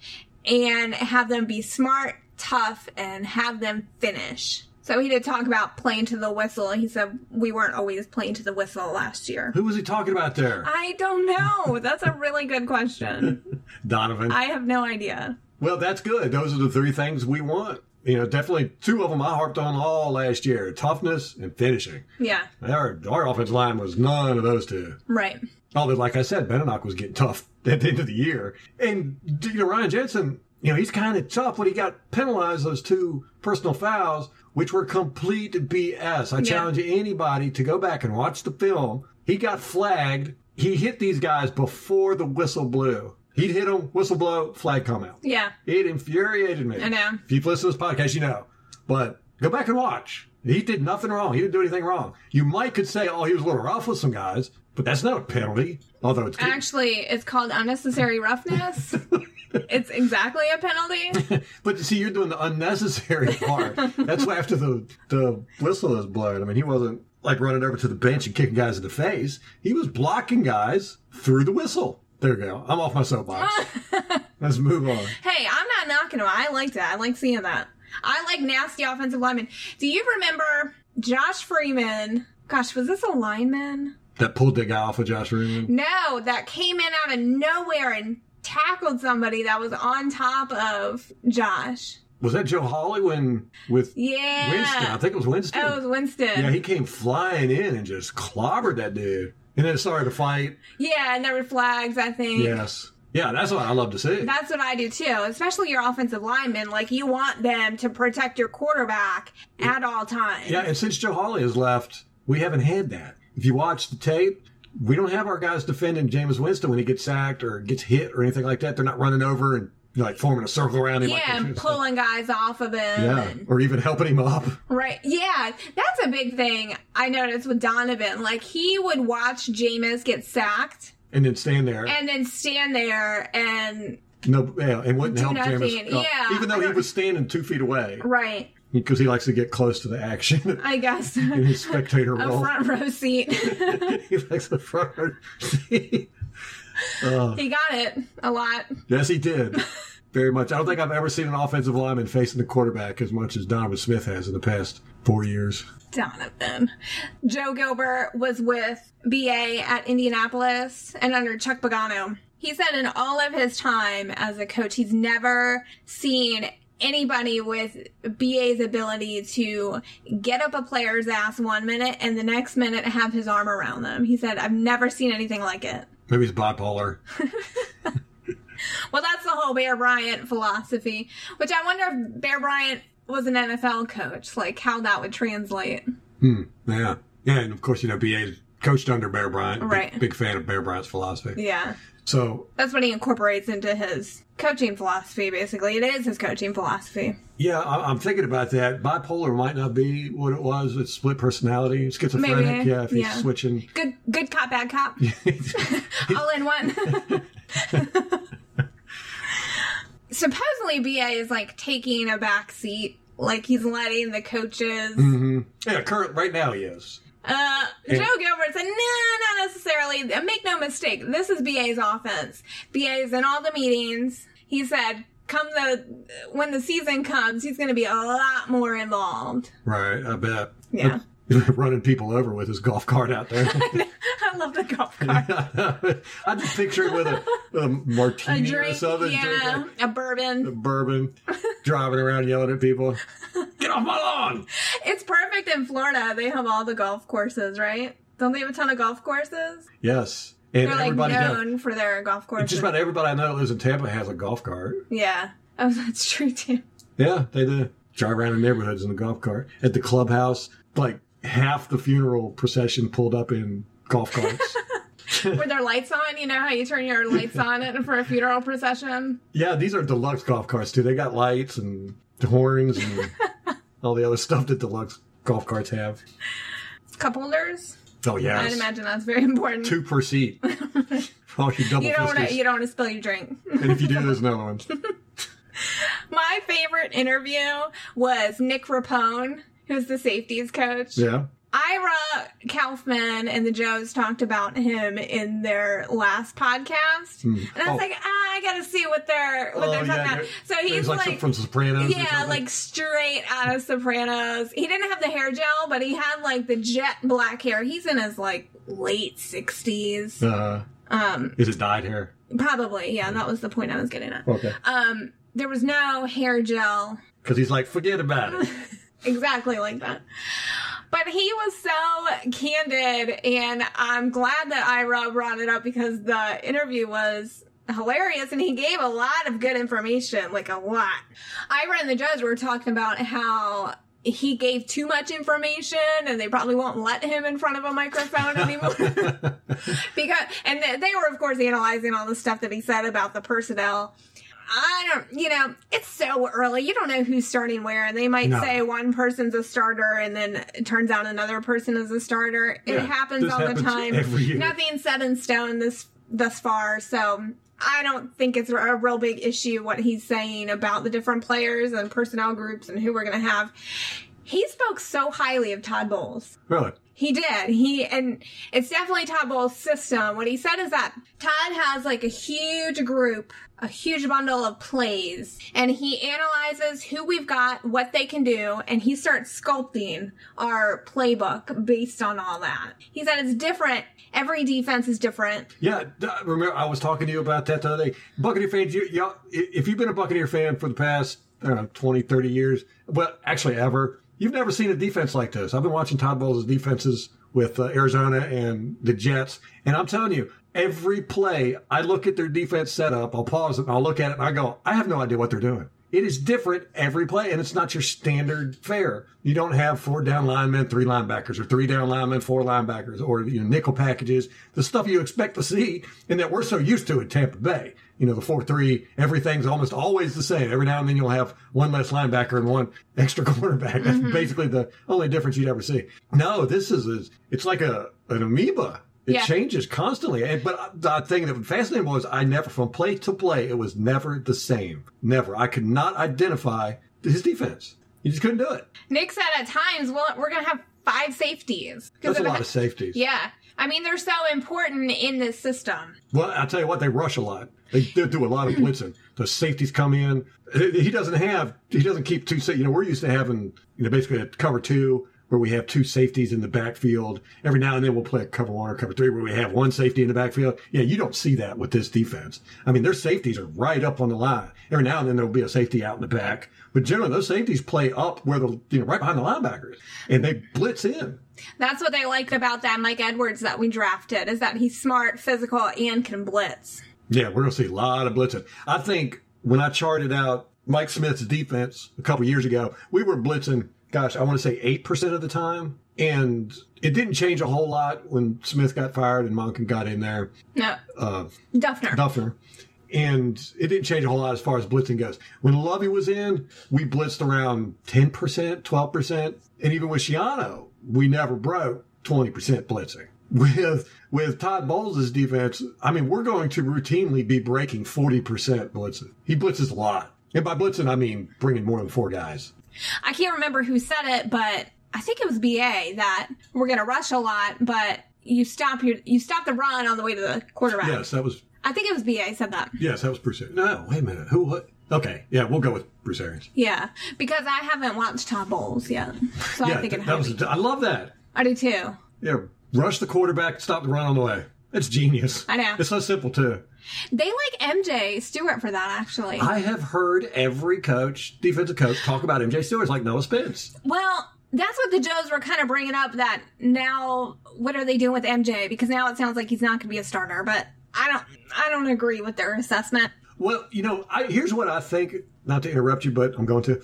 S3: and have them be smart, tough, and have them finish. So he did talk about playing to the whistle. He said we weren't always playing to the whistle last year.
S2: Who was he talking about there?
S3: I don't know. That's a really good question.
S2: Donovan.
S3: I have no idea.
S2: Well, that's good. Those are the three things we want. You know, definitely two of them I harped on all last year toughness and finishing.
S3: Yeah,
S2: Our, our offensive line was none of those two.
S3: right.
S2: Although, Oh, like I said, Beninock was getting tough (laughs) at the end of the year. And, you know, Ryan Jensen, you know, he's kind of tough when he got penalized those two personal fouls, which were complete BS. I challenge anybody to go back and watch the film. He got flagged. He hit these guys before the whistle blew. He'd hit them, whistle blow, flag come out.
S3: Yeah.
S2: It infuriated me.
S3: I know.
S2: If you've listened to this podcast, you know. But go back and watch. He did nothing wrong. He didn't do anything wrong. You might could say, oh, he was a little rough with some guys, but that's not a penalty. Although it's
S3: Actually, it's called unnecessary roughness. it's exactly a penalty.
S2: but see, you're doing the unnecessary (laughs) part. that's why after the the whistle is blown. I mean, he wasn't like running over to the bench and kicking guys in the face. He was blocking guys through the whistle. There you go. I'm off my
S3: (laughs)
S2: soapbox. Let's move on.
S3: Hey, I'm not knocking him. I liked it. I like seeing that. I like nasty offensive linemen. Do you remember Josh Freeman? Gosh, was this a lineman?
S2: That pulled that guy off of Josh Roman.
S3: No, that came in out of nowhere and tackled somebody that was on top of Josh.
S2: Was that Joe Holly when with
S3: Yeah.
S2: Winston? I think it was Winston.
S3: Oh, it was Winston.
S2: Yeah,
S3: Yeah,
S2: he came flying in and just clobbered that dude. And then started to fight.
S3: and there were flags, I think.
S2: Yes. Yeah, that's what I love to see.
S3: That's what I do too, especially your offensive linemen. Like, you want them to protect your quarterback at all times.
S2: Yeah, and since Joe Hawley has left, we haven't had that. If you watch the tape, we don't have our guys defending James Winston when he gets sacked or gets hit or anything like that. They're not running over and you know, like forming a circle around him. like
S3: Yeah,
S2: they
S3: and
S2: should.
S3: pulling guys off of him.
S2: yeah,
S3: and-
S2: or even helping him up.
S3: Right. Yeah. That's a big thing I noticed with Donovan. Like, he would watch Jameis get sacked
S2: And then stand there.
S3: and then stand there and,
S2: no, yeah, and wouldn't
S3: Do
S2: help
S3: nothing,
S2: James.
S3: yeah.
S2: even though he was standing two feet away.
S3: right.
S2: because he likes to get close to the action (laughs)
S3: I guess. (laughs)
S2: in his spectator
S3: a
S2: role.
S3: front row seat. (laughs)
S2: (laughs) he likes the front row seat.
S3: he got it a lot.
S2: Yes, he did. Very much. I don't think I've ever seen an offensive lineman facing the quarterback as much as Donovan Smith has in the past four years.
S3: Donovan. Joe Gilbert was with BA at Indianapolis and under Chuck Pagano. He said in all of his time as a coach, he's never seen anybody with BA's ability to get up a player's ass one minute and the next minute have his arm around them. He said, I've never seen anything like it.
S2: Maybe he's bipolar.
S3: Well, that's the whole Bear Bryant philosophy, which I wonder if Bear Bryant was an NFL coach, like how that would translate.
S2: Yeah. Yeah, and of course, you know, BA coached under Bear Bryant. Big-
S3: Right.
S2: Big, fan of Bear Bryant's philosophy.
S3: Yeah.
S2: So,
S3: That's what he incorporates into his coaching philosophy, basically. It is his coaching philosophy.
S2: yeah, I, I'm thinking about that. Bipolar might not be what it was. It's split personality, schizophrenic.
S3: Maybe,
S2: Yeah, if he's
S3: yeah.
S2: switching.
S3: Good good cop, bad cop. All in one. Supposedly BA is like taking a back seat. Like he's letting the coaches
S2: Yeah, current right now he is.
S3: Uh, Joe Gilbert said, "No, not necessarily. Uh, Make no mistake, this is BA's offense. BA's in all the meetings. He said, come the when the season comes, he's going to be a lot more involved.
S2: Right, I bet.
S3: Yeah,
S2: (laughs) Running people over with his golf cart out there.
S3: (laughs) I love the golf cart. (laughs)
S2: (laughs) I just picture it with a, with a
S3: A
S2: martini or
S3: drink,
S2: something.
S3: yeah,
S2: drink,
S3: a bourbon.
S2: like bourbon, driving around yelling at people. Get off my lawn!
S3: It's perfect in Florida. They have all the golf courses, right? Don't they have a ton of golf courses?
S2: Yes. And
S3: They're like
S2: everybody down.
S3: known for their golf courses.
S2: Just about everybody I know that lives in Tampa has a golf cart.
S3: yeah, oh, (laughs) that's true too.
S2: Yeah, they do. Drive around in neighborhoods in the golf cart. At the clubhouse, like half the funeral procession pulled up in golf
S3: (laughs)
S2: carts.
S3: Were their lights on? You know how you turn your
S2: (laughs)
S3: lights on it for a funeral procession?
S2: yeah, these are deluxe golf carts too. They got lights and horns and all the other stuff that deluxe golf carts have.
S3: cup holders.
S2: Oh yeah,
S3: I'd imagine that's very important.
S2: two per seat. oh, you double
S3: you don't want
S2: fisters.
S3: to you don't want to spill your drink. (laughs)
S2: and if you do, there's another one.
S3: My favorite interview was Nick Rapone, who's the safeties coach.
S2: Yeah.
S3: Ira Kaufman and the Joes talked about him in their last podcast, and I was
S2: Oh.
S3: like, ah, I gotta see what they're what
S2: Oh,
S3: they're talking
S2: yeah,
S3: about.
S2: yeah.
S3: So
S2: There's
S3: he's
S2: like,
S3: like.
S2: some from Sopranos. or
S3: yeah,
S2: something.
S3: like straight out of Sopranos. He didn't have the hair gel, but he had like the jet black hair. He's in his like late sixties.
S2: Uh,
S3: Um,
S2: is it dyed hair?
S3: Probably, yeah. That was the point I was getting at.
S2: Okay.
S3: Um, there was no hair gel
S2: Because he's like, forget about
S3: (laughs)
S2: it.
S3: exactly like that. But he was so candid, and I'm glad that Ira brought it up because the interview was hilarious and he gave a lot of good information, like a lot. Ira and the judge were talking about how he gave too much information and they probably won't let him in front of a microphone anymore. because and th- they were of course analyzing all the stuff that he said about the personnel i don't you know it's so early you don't know who's starting where and they might
S2: No.
S3: say one person's a starter and then it turns out another person is a starter it
S2: Yeah,
S3: happens
S2: this
S3: all
S2: happens
S3: the time
S2: every year.
S3: nothing's set in stone this thus far so i don't think it's a real big issue what he's saying about the different players and personnel groups and who we're going to have he spoke so highly of todd bowles
S2: Really?
S3: he did. He and it's definitely Todd Bowles' system. What he said is that Todd has like a huge group, a huge bundle of plays, and he analyzes who we've got, what they can do, and he starts sculpting our playbook based on all that. He said it's different. Every defense is different.
S2: Yeah, d- I remember I was talking to you about that the other day. Buccaneer fans, you, y'all, i- if you've been a Buccaneer fan for the past I don't know, 20, 30 years, well, actually ever, you've never seen a defense like this. I've been watching Todd Bowles' defenses with uh, Arizona and the Jets, and I'm telling you, every play, I look at their defense setup, I'll pause it, and I'll look at it, and I go, I have no idea what they're doing. It is different every play, and it's not your standard fare. You don't have four down linemen, three linebackers, or three down linemen, four linebackers, or you know, nickel packages, the stuff you expect to see and that we're so used to in Tampa Bay. You know, the 4 3, everything's almost always the same. Every now and then you'll have one less linebacker and one (laughs) extra cornerback. That's basically the only difference you'd ever see. No, this is, is it's like a an amoeba. It
S3: Yeah.
S2: changes constantly. And, but the thing that fascinated me was I never, from play to play, it was never the same. Never. I could not identify his defense. You just couldn't do it.
S3: Nick said at times, well, we're going to have five safeties. 'Cause
S2: That's a
S3: of-
S2: lot of safeties.
S3: (laughs) Yeah. I mean, they're so important in this system.
S2: Well, I'll tell you what, they rush a lot. They do do a lot of blitzing. The safeties come in. He he doesn't have, he doesn't keep two, sa- you know, we're used to having, you know, basically a cover two where we have two safeties in the backfield. Every now and then we'll play a cover one or cover three where we have one safety in the backfield. Yeah, you don't see that with this defense. I mean, their safeties are right up on the line. Every now and then there'll be a safety out in the back. But generally, those safeties play up where the, you know, right behind the linebackers and they blitz in.
S3: That's what they liked about that Mike Edwards that we drafted is that he's smart, physical, and can blitz.
S2: Yeah, we're going to see a lot of blitzing. I think when I charted out Mike Smith's defense a couple years ago, we were blitzing, gosh, I want to say 8% of the time. And it didn't change a whole lot when Smith got fired and Monken got in there,
S3: No,
S2: uh,
S3: Duffner.
S2: Duffner. And it didn't change a whole lot as far as blitzing goes. When Lovey was in, we blitzed around 10%, 12%. And even with Shiano, we never broke 20% blitzing. With with Todd Bowles' defense, I mean, we're going to routinely be breaking 40% blitzing. He blitzes a lot. And by blitzing, I mean bringing more than four guys.
S3: I can't remember who said it, but I think it was BA that we're going to rush a lot, but you stop your you stop the run on the way to the quarterback.
S2: Yes, that was
S3: I think it was BA said that.
S2: yes, that was Bruce. Arians. No, wait a minute. Who? What? Okay, yeah, we'll go with Bruce Arians.
S3: Yeah, because I haven't watched Todd Bowles yet, so I
S2: Yeah,
S3: think it
S2: that was.
S3: happened.
S2: I love that.
S3: I do too.
S2: Yeah, rush the quarterback, stop the run on the way. It's genius.
S3: I know.
S2: It's so simple too.
S3: They like MJ Stewart for that actually.
S2: I have heard every coach, defensive coach, talk about MJ Stewart. It's like Noah Spence.
S3: Well, that's what the Joes were kind of bringing up that now what are they doing with MJ? Because now it sounds like he's not going to be a starter, but I don't I don't agree with their assessment.
S2: Well, you know, I, here's what I think. Not to interrupt you, but I'm going to.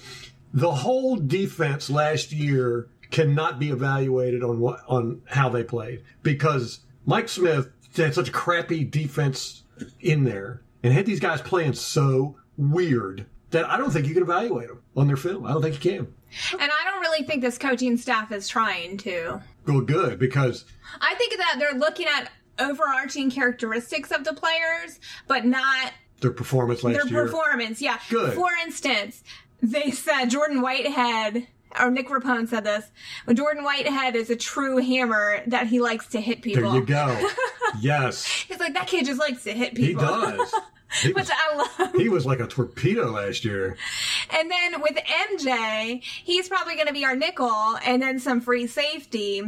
S2: The whole defense last year cannot be evaluated on what on how they played because Mike Smith had such a crappy defense in there and had these guys playing so weird that I don't think you can evaluate them on their film. I don't think you can.
S3: And I don't really think this coaching staff is trying to.
S2: Well, good because
S3: I think that they're looking at overarching characteristics of the players, but not
S2: their performance last
S3: their
S2: year.
S3: performance. Yeah.
S2: Good.
S3: For instance, they said Jordan Whitehead or Nick Rapone said this. Jordan Whitehead is a true hammer that he likes to hit people.
S2: there you go. (laughs) yes,
S3: He's like that kid just likes to hit
S2: he
S3: people. (laughs)
S2: does. He
S3: which
S2: was,
S3: I love. (laughs)
S2: he was like a torpedo last year.
S3: And then with MJ, he's probably going to be our nickel and then some free safety.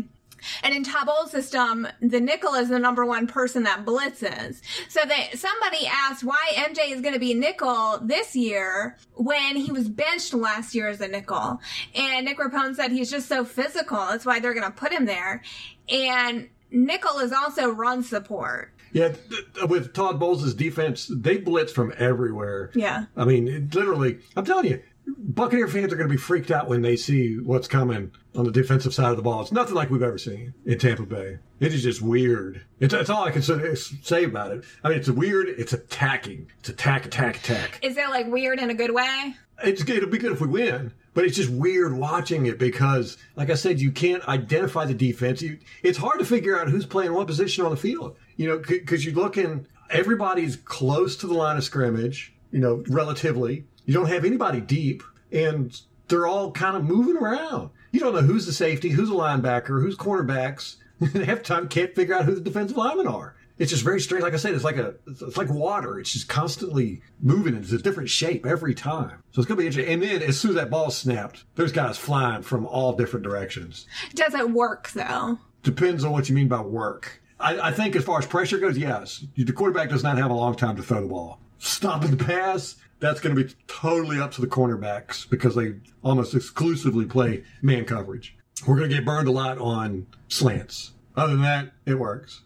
S3: And in Tabo's system, the nickel is the number one person that blitzes. So that somebody asked why MJ is going to be nickel this year when he was benched last year as a nickel. And Nick Rapone said he's just so physical. That's why they're going to put him there. And nickel is also run support.
S2: Yeah, th- th- with Todd Bowles' defense, they blitz from everywhere.
S3: Yeah.
S2: I mean, it literally, I'm telling you, Buccaneer fans are going to be freaked out when they see what's coming on the defensive side of the ball. It's nothing like we've ever seen in Tampa Bay. It is just weird. It's, that's all I can say, say about it. I mean, it's weird. It's attacking. It's attack, attack, attack.
S3: Is it like weird in a good way?
S2: it's good. It'll be good if we win, but it's just weird watching it because, like I said, you can't identify the defense. You, it's hard to figure out who's playing what position on the field. You know, because you're looking, everybody's close to the line of scrimmage. You know, relatively, you don't have anybody deep, and they're all kind of moving around. You don't know who's the safety, who's a linebacker, who's cornerbacks. (laughs) Half the time, can't figure out who the defensive linemen are. It's just very strange. Like I said, it's like a it's like water. It's just constantly moving. It's a different shape every time. So it's gonna be interesting. And then as soon as that ball snapped, there's guys flying from all different directions.
S3: Does it work though?
S2: Depends on what you mean by work. I, I think as far as pressure goes, yes, the quarterback does not have a long time to throw the ball. Stopping the pass, that's going to be totally up to the cornerbacks because they almost exclusively play man coverage. We're going to get burned a lot on slants. Other than that, it works.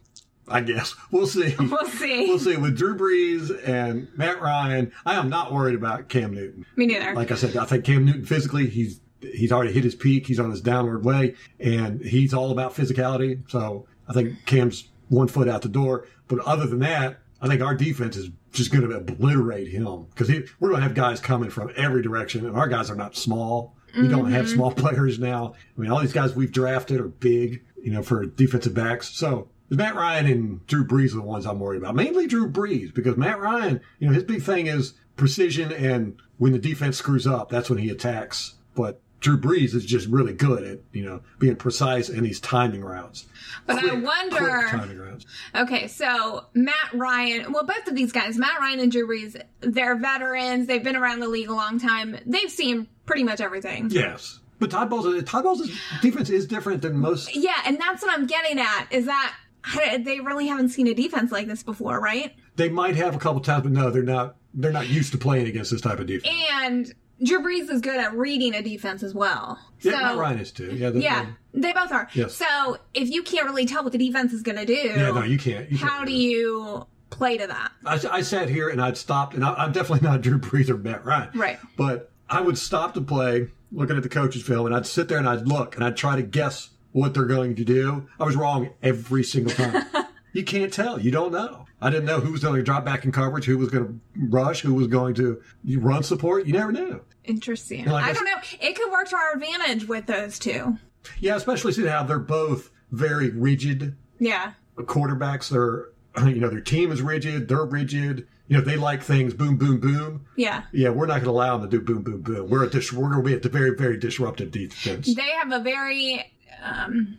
S2: I guess. We'll see.
S3: We'll see.
S2: We'll see. With Drew Brees and Matt Ryan, I am not worried about Cam Newton
S3: Me neither.
S2: like I said, I think Cam Newton physically, he's he's already hit his peak. He's on his downward way, and he's all about physicality. So I think Cam's one foot out the door. But other than that, I think our defense is just going to obliterate him because we're going to have guys coming from every direction, and our guys are not small. We don't have
S3: Mm-hmm.
S2: small (laughs) players now. I mean, all these guys we've drafted are big, you know, for defensive backs. So Matt Ryan and Drew Brees are the ones I'm worried about. Mainly Drew Brees because Matt Ryan, you know, his big thing is precision and when the defense screws up, that's when he attacks. But Drew Brees is just really good at you know being precise in these timing routes.
S3: But I
S2: Quick
S3: wonder.
S2: timing routes.
S3: Okay, so Matt Ryan, well, both of these guys, Matt Ryan and Drew Brees, they're veterans. They've been around the league a long time. They've seen pretty much everything.
S2: Yes, but Todd Bowles, Todd Bowles' defense is different than most.
S3: Yeah, and that's what I'm getting at is that I- they really haven't seen a defense like this before, right?
S2: They might have a couple times, but no, they're not. They're not used to playing against this type of defense.
S3: And Drew Brees is good at reading a defense as well.
S2: yeah, Matt Ryan is too. Yeah, they're-
S3: Yeah, they both are.
S2: Yes.
S3: So if you can't really tell what the defense is going to do,
S2: yeah. No, you can't. You
S3: how
S2: can't.
S3: do you play to that?
S2: I, I sat here and I'd stopped, and I, I'm definitely not Drew Brees or Matt Ryan.
S3: Right.
S2: But I would stop to play, looking at the coach's film, and I'd sit there and I'd look and I'd try to guess what they're going to do. I was wrong every single
S3: (laughs)
S2: time. you can't tell. You don't know. I didn't know who was going to drop back in coverage, who was going to rush, who was going to run support. You never knew.
S3: Interesting.
S2: Like I
S3: I
S2: s-
S3: don't know. It could work to our advantage with those two.
S2: Yeah, especially seeing how they're both very rigid
S3: Yeah.
S2: quarterbacks. They're, (clears throat) you know, their team is rigid. They're rigid. You know, they like things boom, boom, boom.
S3: Yeah.
S2: Yeah, we're not going to allow them to do boom, boom, boom. We're a dis- we're going to be at the very, very disruptive defense.
S3: They have a very um,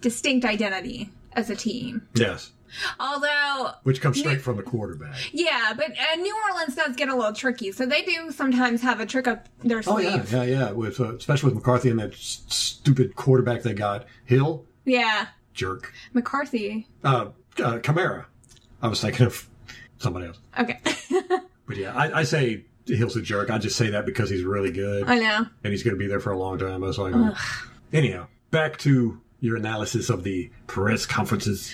S3: distinct identity as a team.
S2: Yes,
S3: Although,
S2: which comes straight from the quarterback.
S3: yeah, but uh, New Orleans does get a little tricky. So they do sometimes have a trick up their
S2: Oh
S3: sleeve.
S2: yeah, yeah, yeah. With uh, especially with McCarthy and that s- stupid quarterback they got, Hill
S3: yeah.
S2: jerk,
S3: McCarthy.
S2: uh, uh, Camara. I was thinking of somebody else,
S3: Okay. (laughs)
S2: but yeah, I, I say Hill's a jerk. I just say that because he's really good
S3: I know.
S2: and he's going to be there for a long time. Most likely. Anyhow, back to your analysis of the press conferences.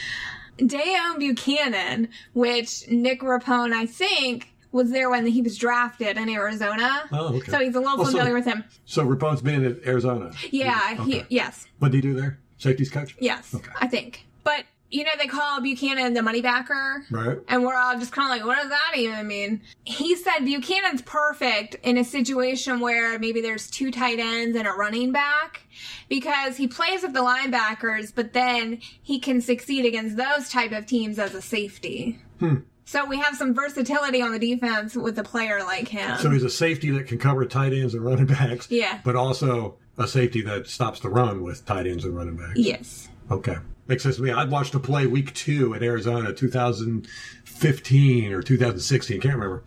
S3: Dayon Buchanan, which Nick Rapone, I think, was there when he was drafted in Arizona.
S2: Oh, okay.
S3: So he's a little
S2: Well, so-
S3: familiar with him.
S2: So Rapone's been in Arizona.
S3: Yeah,
S2: Okay.
S3: he, yes,
S2: What did he do there? Safeties coach.
S3: yes, I think. But, you know, they call Buchanan the money backer.
S2: Right.
S3: And we're all just kind of like, what does that even mean? He said Buchanan's perfect in a situation where maybe there's two tight ends and a running back because he plays with the linebackers, but then he can succeed against those type of teams as a safety.
S2: Hmm.
S3: So we have some versatility on the defense with a player like him.
S2: So he's a safety that can cover tight ends and running backs.
S3: Um, Yeah.
S2: But also a safety that stops the run with tight ends and running backs.
S3: yes.
S2: Okay. Makes sense to me. I'd watched a play week two at Arizona, 2015 or 2016. Can't remember.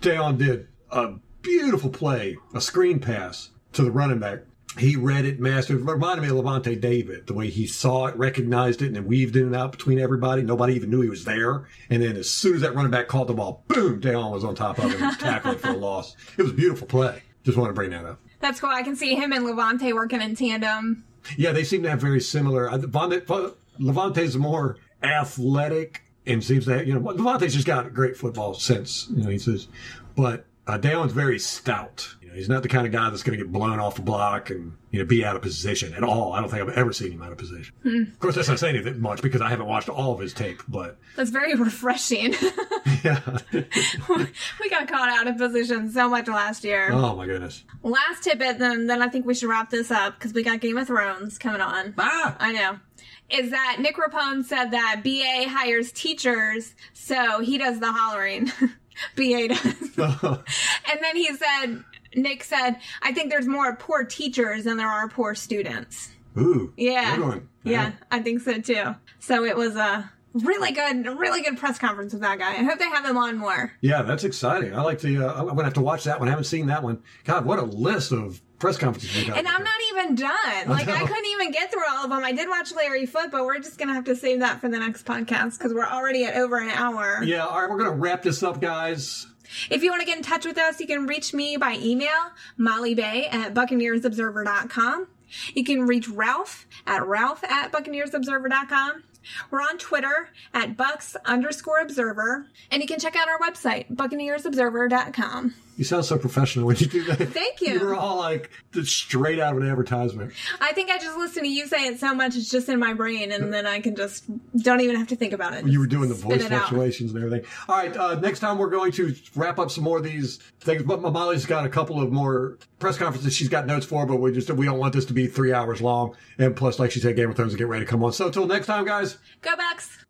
S2: Dayon did a beautiful play, a screen pass to the running back. He read it, mastered. it. Reminded me of Levante David, the way he saw it, recognized it, and then weaved in and out between everybody. Nobody even knew he was there. And then as soon as that running back caught the ball, boom, Dayon was on top of it and was tackled for a loss. It was a beautiful play. Just wanted to bring that up.
S3: That's cool. I can see him and Levante working in tandem.
S2: Yeah, they seem to have very similar. I- Von- Von- Levante's more athletic and seems to have, you know, Levante's just got great football sense, you know, he says. But uh, Dallon's very stout. You know, he's not the kind of guy that's going to get blown off the block and, you know, be out of position at all. I don't think I've ever seen him out of position.
S3: Hmm.
S2: Of course, that's not saying anything much because I haven't watched all of his tape, but (laughs)
S3: That's very (laughs) refreshing.
S2: yeah.
S3: we got caught out of position so much last year.
S2: oh, my goodness.
S3: Last tidbit, then then I think we should wrap this up because we got Game of Thrones coming on.
S2: Ah!
S3: I know. Is that Nick Rapone said that BA hires teachers, so he does the hollering. (laughs)
S2: (laughs)
S3: BA does. and then he said, Nick said, I think there's more poor teachers than there are poor students.
S2: Ooh.
S3: Yeah.
S2: Good one.
S3: Yeah, I think so too. So it was a really good, really good press conference with that guy. I hope they have him on more.
S2: Yeah, that's exciting. I like the. Uh, I'm gonna have to watch that one. I haven't seen that one. God, what a list of press conferences we got.
S3: And I'm not even done. Like I
S2: know.
S3: couldn't even get through all of them. I did watch Larry Foot, but we're just gonna have to save that for the next podcast because we're already at over an hour.
S2: Yeah, all right, we're gonna wrap this up, guys.
S3: If you want to get in touch with us, you can reach me by email, mollybay at buccaneersobserver.com. You can reach Ralph at ralph at buccaneersobserver.com. We're on Twitter at bucks underscore observer. And you can check out our website, buccaneersobserver.com.
S2: You sound so professional when you do that.
S3: Thank
S2: (laughs)
S3: you.
S2: You're all like just straight out of an advertisement.
S3: I think I just listen to you say it so much, it's just in my brain, and then I can just don't even have to think about it.
S2: You were doing the
S3: Spit
S2: voice
S3: it out.
S2: fluctuations and everything. All right, uh, next time we're going to wrap up some more of these things. But Molly's got a couple of more press conferences she's got notes for, but we just we don't want this to be three hours long. And plus, like she said, Game of Thrones is getting ready to come on. So until next time, guys.
S3: Go Bucks!